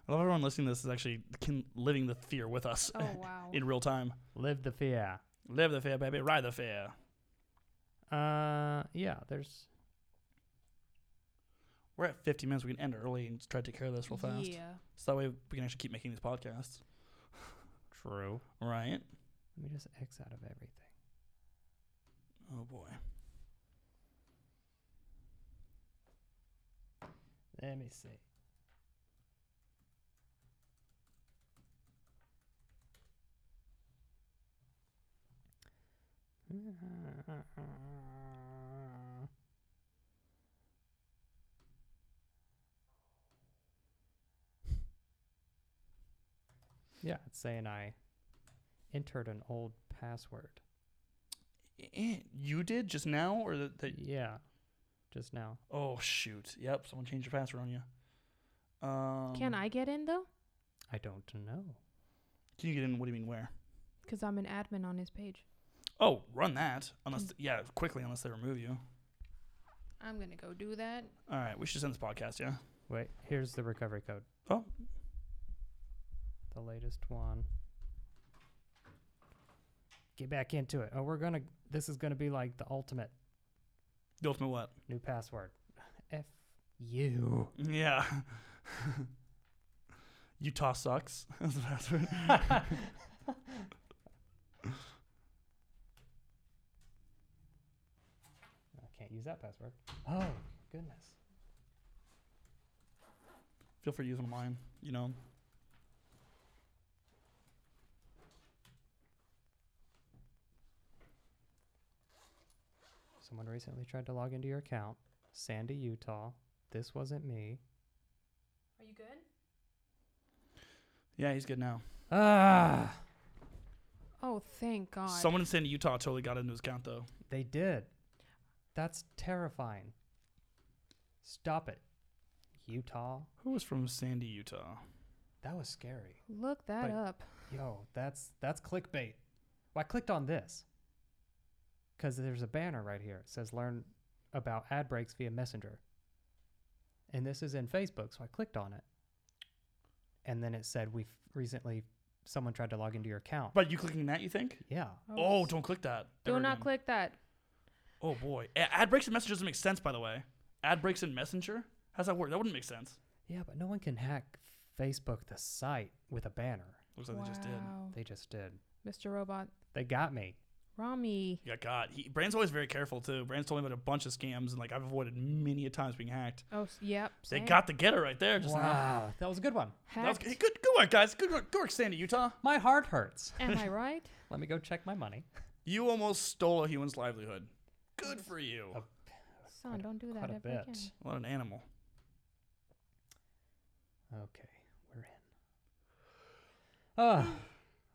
Speaker 3: I love everyone listening to this is actually can, living the fear with us
Speaker 2: Oh wow.
Speaker 3: in real time.
Speaker 1: Live the fear.
Speaker 3: Live the fear, baby. Ride the fear.
Speaker 1: Uh, yeah. There's
Speaker 3: We're at 50 minutes. We can end early and try to take care of this real fast.
Speaker 2: Yeah.
Speaker 3: So that way we can actually keep making these podcasts.
Speaker 1: true.
Speaker 3: Right?
Speaker 1: Let me just X out of everything.
Speaker 3: Oh, boy.
Speaker 1: Let me see. Yeah, it's saying I entered an old password.
Speaker 3: Eh, You did just now? or that, that
Speaker 1: Yeah, just now.
Speaker 3: Oh, shoot. Yep. Someone changed your password on you. Um,
Speaker 2: Can I get in though?
Speaker 1: I don't know.
Speaker 3: Can you get in? What do you mean, where?
Speaker 2: Because I'm an admin on his page.
Speaker 3: Oh, run that. Unless,
Speaker 2: Mm.
Speaker 3: yeah, quickly, unless they remove you.
Speaker 2: I'm gonna go do that.
Speaker 3: All right. We should send this podcast, yeah?
Speaker 1: Wait, here's the recovery code.
Speaker 3: Oh,
Speaker 1: the latest one. Get back into it. Oh, we're gonna. This is gonna be like the ultimate
Speaker 3: the ultimate what?
Speaker 1: new password. F you.
Speaker 3: Yeah. Utah sucks. That's the password.
Speaker 1: I can't use that password. Oh goodness.
Speaker 3: Feel free to use one of mine. You know,
Speaker 1: Someone recently tried to log into your account, Sandy, Utah. This wasn't me.
Speaker 2: Are you good?
Speaker 3: Yeah, he's good now.
Speaker 1: Ah,
Speaker 2: Oh, thank God.
Speaker 3: Someone in Sandy, Utah totally got into his account, though.
Speaker 1: they did. That's terrifying. Stop it, Utah.
Speaker 3: Who was from Sandy, Utah?
Speaker 1: That was scary.
Speaker 2: Look that
Speaker 1: Like-
Speaker 2: up.
Speaker 1: Yo, that's that's clickbait. Well, I clicked on this because there's a banner right here. It says learn about ad breaks via Messenger. And this is in Facebook, so I clicked on it. And then it said we've recently someone tried to log into your account.
Speaker 3: But you clicking that, you think?
Speaker 1: yeah.
Speaker 3: Oh, don't click that.
Speaker 2: do
Speaker 3: ever
Speaker 2: not
Speaker 3: again.
Speaker 2: click that.
Speaker 3: Oh, boy. A- Ad breaks and Messenger doesn't make sense, by the way. Ad breaks and Messenger? How's that work? That wouldn't make sense.
Speaker 1: Yeah, but no one can hack Facebook the site with a banner.
Speaker 3: Looks like they just did.
Speaker 2: Wow.
Speaker 1: They just did.
Speaker 2: Mr. Robot.
Speaker 1: They got me.
Speaker 2: Rami.
Speaker 3: Yeah, God. He, Brand's always very careful, too. Brand's told me about a bunch of scams, and, like, I've avoided many a times being hacked.
Speaker 2: Oh, s- yep.
Speaker 3: They
Speaker 2: same.
Speaker 3: got the getter right there just now.
Speaker 1: Wow, that was a good one.
Speaker 3: That was,
Speaker 2: Hacked.
Speaker 3: hey, good, good work, guys. Good work, good work, Sandy, Utah.
Speaker 1: My heart hurts.
Speaker 2: Am I right?
Speaker 1: Let me go check my money.
Speaker 3: You almost stole a human's livelihood. Good for you.
Speaker 1: A-
Speaker 2: Son, don't do that
Speaker 1: quite a
Speaker 2: ever
Speaker 1: bit.
Speaker 2: again.
Speaker 3: What an animal.
Speaker 1: Okay, we're in. Ah,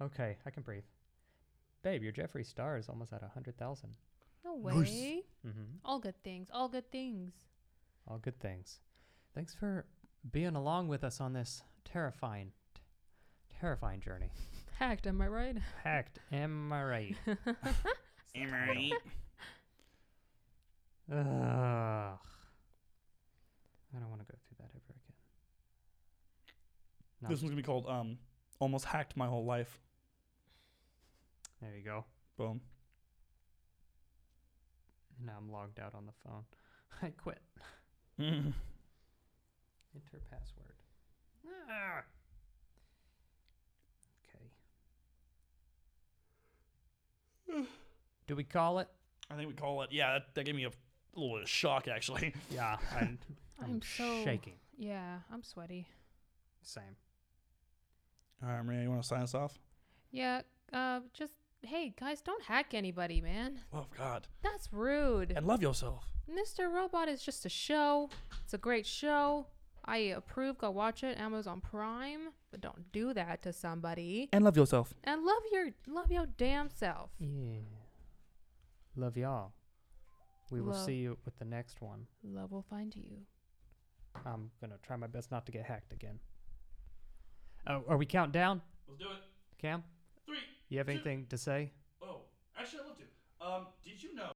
Speaker 1: okay, I can breathe. Babe, your Jeffree Star is almost at a hundred thousand.
Speaker 2: No way.
Speaker 3: Nice.
Speaker 1: Mm-hmm.
Speaker 2: All good things. All good things.
Speaker 1: All good things. Thanks for being along with us on this terrifying, t- terrifying journey.
Speaker 2: Hacked. Am I right?
Speaker 1: Hacked, am I right?
Speaker 3: Emery.
Speaker 1: Ugh. I don't want to go through that ever again. No,
Speaker 3: This one's gonna be called um almost hacked my whole life.
Speaker 1: there you go.
Speaker 3: Boom.
Speaker 1: Now I'm logged out on the phone. I quit.
Speaker 3: Mm.
Speaker 1: Enter password. Ah. Okay. Do we call it?
Speaker 3: I think we call it. Yeah, that, that gave me a little bit of shock actually.
Speaker 1: Yeah. I'm,
Speaker 2: I'm so-
Speaker 1: shaking.
Speaker 2: Yeah, I'm sweaty.
Speaker 1: Same.
Speaker 3: All right, Maria, you want to sign us off?
Speaker 2: Yeah, uh, just hey guys, don't hack anybody, man.
Speaker 3: Oh God,
Speaker 2: That's rude.
Speaker 3: and love yourself.
Speaker 2: Mr. Robot is just a show. It's a great show. I approve. Go watch it. Amazon Prime. But don't do that to somebody.
Speaker 3: And love yourself.
Speaker 2: And love your love your damn self.
Speaker 1: Yeah. Love y'all. We will
Speaker 2: Love.
Speaker 1: see you with the next one.
Speaker 2: Love will find you.
Speaker 1: I'm gonna try my best not to get hacked again. Oh, are we counting down,
Speaker 3: Let's do it.
Speaker 1: Cam?
Speaker 3: Three.
Speaker 1: You have
Speaker 3: Two.
Speaker 1: anything to say?
Speaker 3: Oh, actually, I love to. Um, did you know?